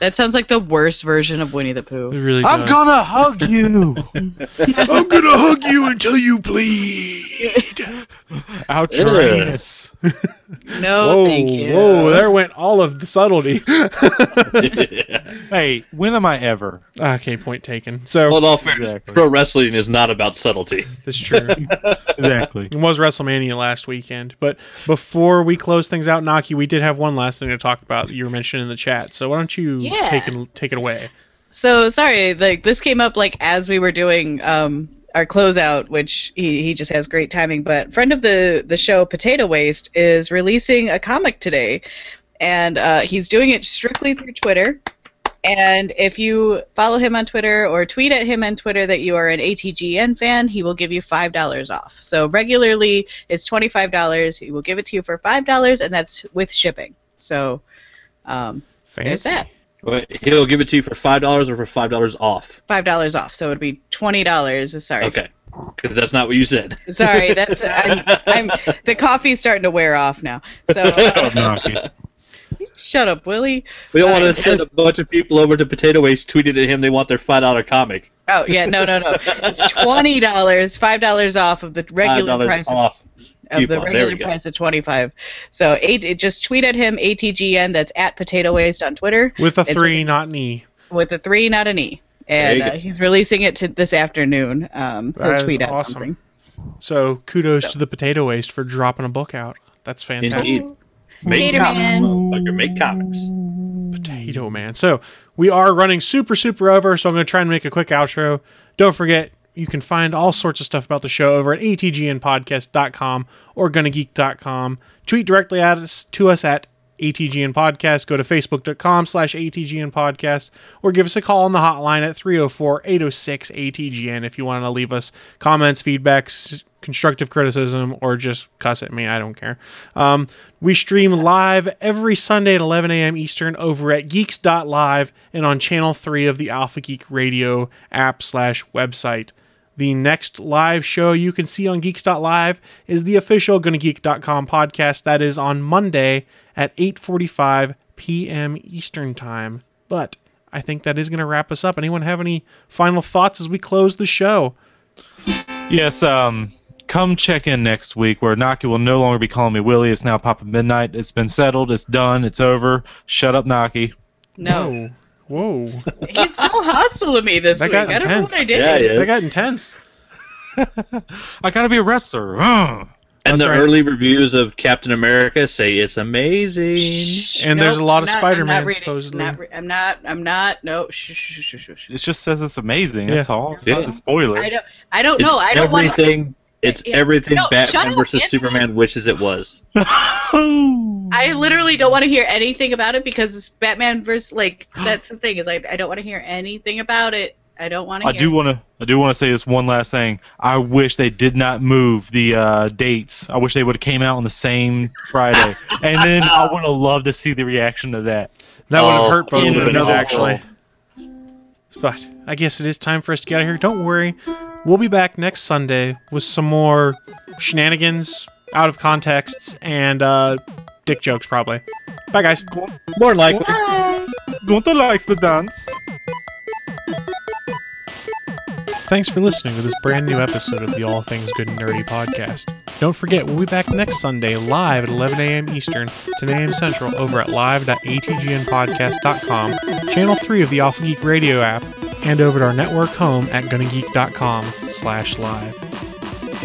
That sounds like the worst version of Winnie the
It
Pooh.
really
I'm
does.
gonna hug you.
I'm gonna hug you until you bleed.
Outrageous.
No, Oh, thank you.
whoa, there went all of the subtlety.
hey, when am I ever?
okay, point taken. So
Well, in all fairness,
Exactly.
pro wrestling is not about subtlety.
it's true. It
Exactly.
was WrestleMania last weekend, but before we close things out, Naki, we did have one last thing to talk about that you were mentioning in the chat. So why don't you
Yeah.
take it take it away?
So sorry, like this came up like as we were doing um our closeout, which he, he just has great timing. But friend of the the show, Potato Waste, is releasing a comic today, and uh, he's doing it strictly through Twitter. And if you follow him on Twitter or tweet at him on Twitter that you are an ATGN fan, he will give you five dollars off. So regularly it's twenty five dollars. He will give it to you for five dollars, and that's with shipping. So um, there's
Fancy.
that.
Wait, He'll give it to you for five dollars or for five dollars off.
five dollars off, so it'd be twenty dollars. Sorry,
Okay, because that's not what you said.
sorry, that's I'm, I'm the coffee's starting to wear off now. So uh, shut up, Willie.
We don't
Uh,
want to send a bunch of people over to Potato Waste tweeted at him they want their five dollar comic.
Oh yeah, no, no, no. It's twenty dollars, five dollars off of the
Five
regular
dollars
price. Of,
off.
of the
coupon. There we
regular
go.
price of twenty five. So eight, it- just tweet at him atgn. That's at potato waste on Twitter
With a
It's-
three, not an E.
with a three, not an e. And
There you
uh,
go.
he's releasing it to this afternoon. Um, he'll
That is
tweet out
awesome.
something.
So kudos
So-
to the potato waste for dropping a book out. That's fantastic.
Indeed. Make
Potato
comics,
Man.
motherfucker. Make comics.
Potato man. So We are running super, super over, so I'm going to try and make a quick outro. Don't forget, you can find all sorts of stuff about the show over at atgnpodcast.com or gunnageek.com. Tweet directly at us to us at ATGN Podcast. Go to facebook.com slash ATGN Podcast or give us a call on the hotline at 304 806 ATGN if you want to leave us comments, feedbacks, constructive criticism, or just cuss at me. I don't care. Um, we stream live every Sunday at 11 a.m. Eastern over at geeks.live and on channel 3 of the Alpha Geek Radio app slash website. The next live show you can see on geeks.live is the official gunnageek.com podcast that is on Monday at 8:45 p.m. Eastern time. But I think that is going to wrap us up. Anyone have any final thoughts as we close the show?
Yes, um, come check in next week where Naki will no longer be calling me Willie. It's now Papa Midnight. It's been settled. It's done. It's over. Shut up, Naki.
No.
Whoa.
He's so hostile to me this
That
week.
got
I don't know
intense.
what I did.
That got intense.
I gotta be a wrestler. Ugh.
And
That's
the
right.
early reviews of Captain America say it's amazing.
And there's a lot of
Not- I'm not
Spider-Man
reading.
supposedly.
Not re- I'm not. I'm not. No. Shh, shh, shh, shh, shh.
It just says it's amazing. That's
Yeah.
all. It's not a spoiler.
I don't. I don't know. I don't want to.
everything. It's
Yeah.
everything
No, shut
Batman
up,
versus
Anthony.
Superman wishes it was.
I literally don't want to hear anything about it because it's Batman versus like that's the thing is I, I don't want to hear anything about it. I don't want to.
I
hear
do want to. I do want to say this one last thing. I wish they did not move the uh, dates. I wish they would have came out on the same Friday, and then I would have loved to see the reaction to that.
That would
Oh,
have hurt both
in
of us
another
actually.
world.
But I guess it is time for us to get out of here. Don't worry. We'll be back next Sunday with some more shenanigans, out of contexts, and uh, dick jokes probably. Bye guys.
More likely.
Gunther likes the dance.
Thanks for listening to this brand new episode of the All Things Good and Nerdy podcast. Don't forget, we'll be back next Sunday live at 11 a.m. Eastern, 10 a.m. Central, over at live.atgnpodcast.com, channel 3 of the Alpha Geek radio app, and over at our network home at gunnageek.com slash live. If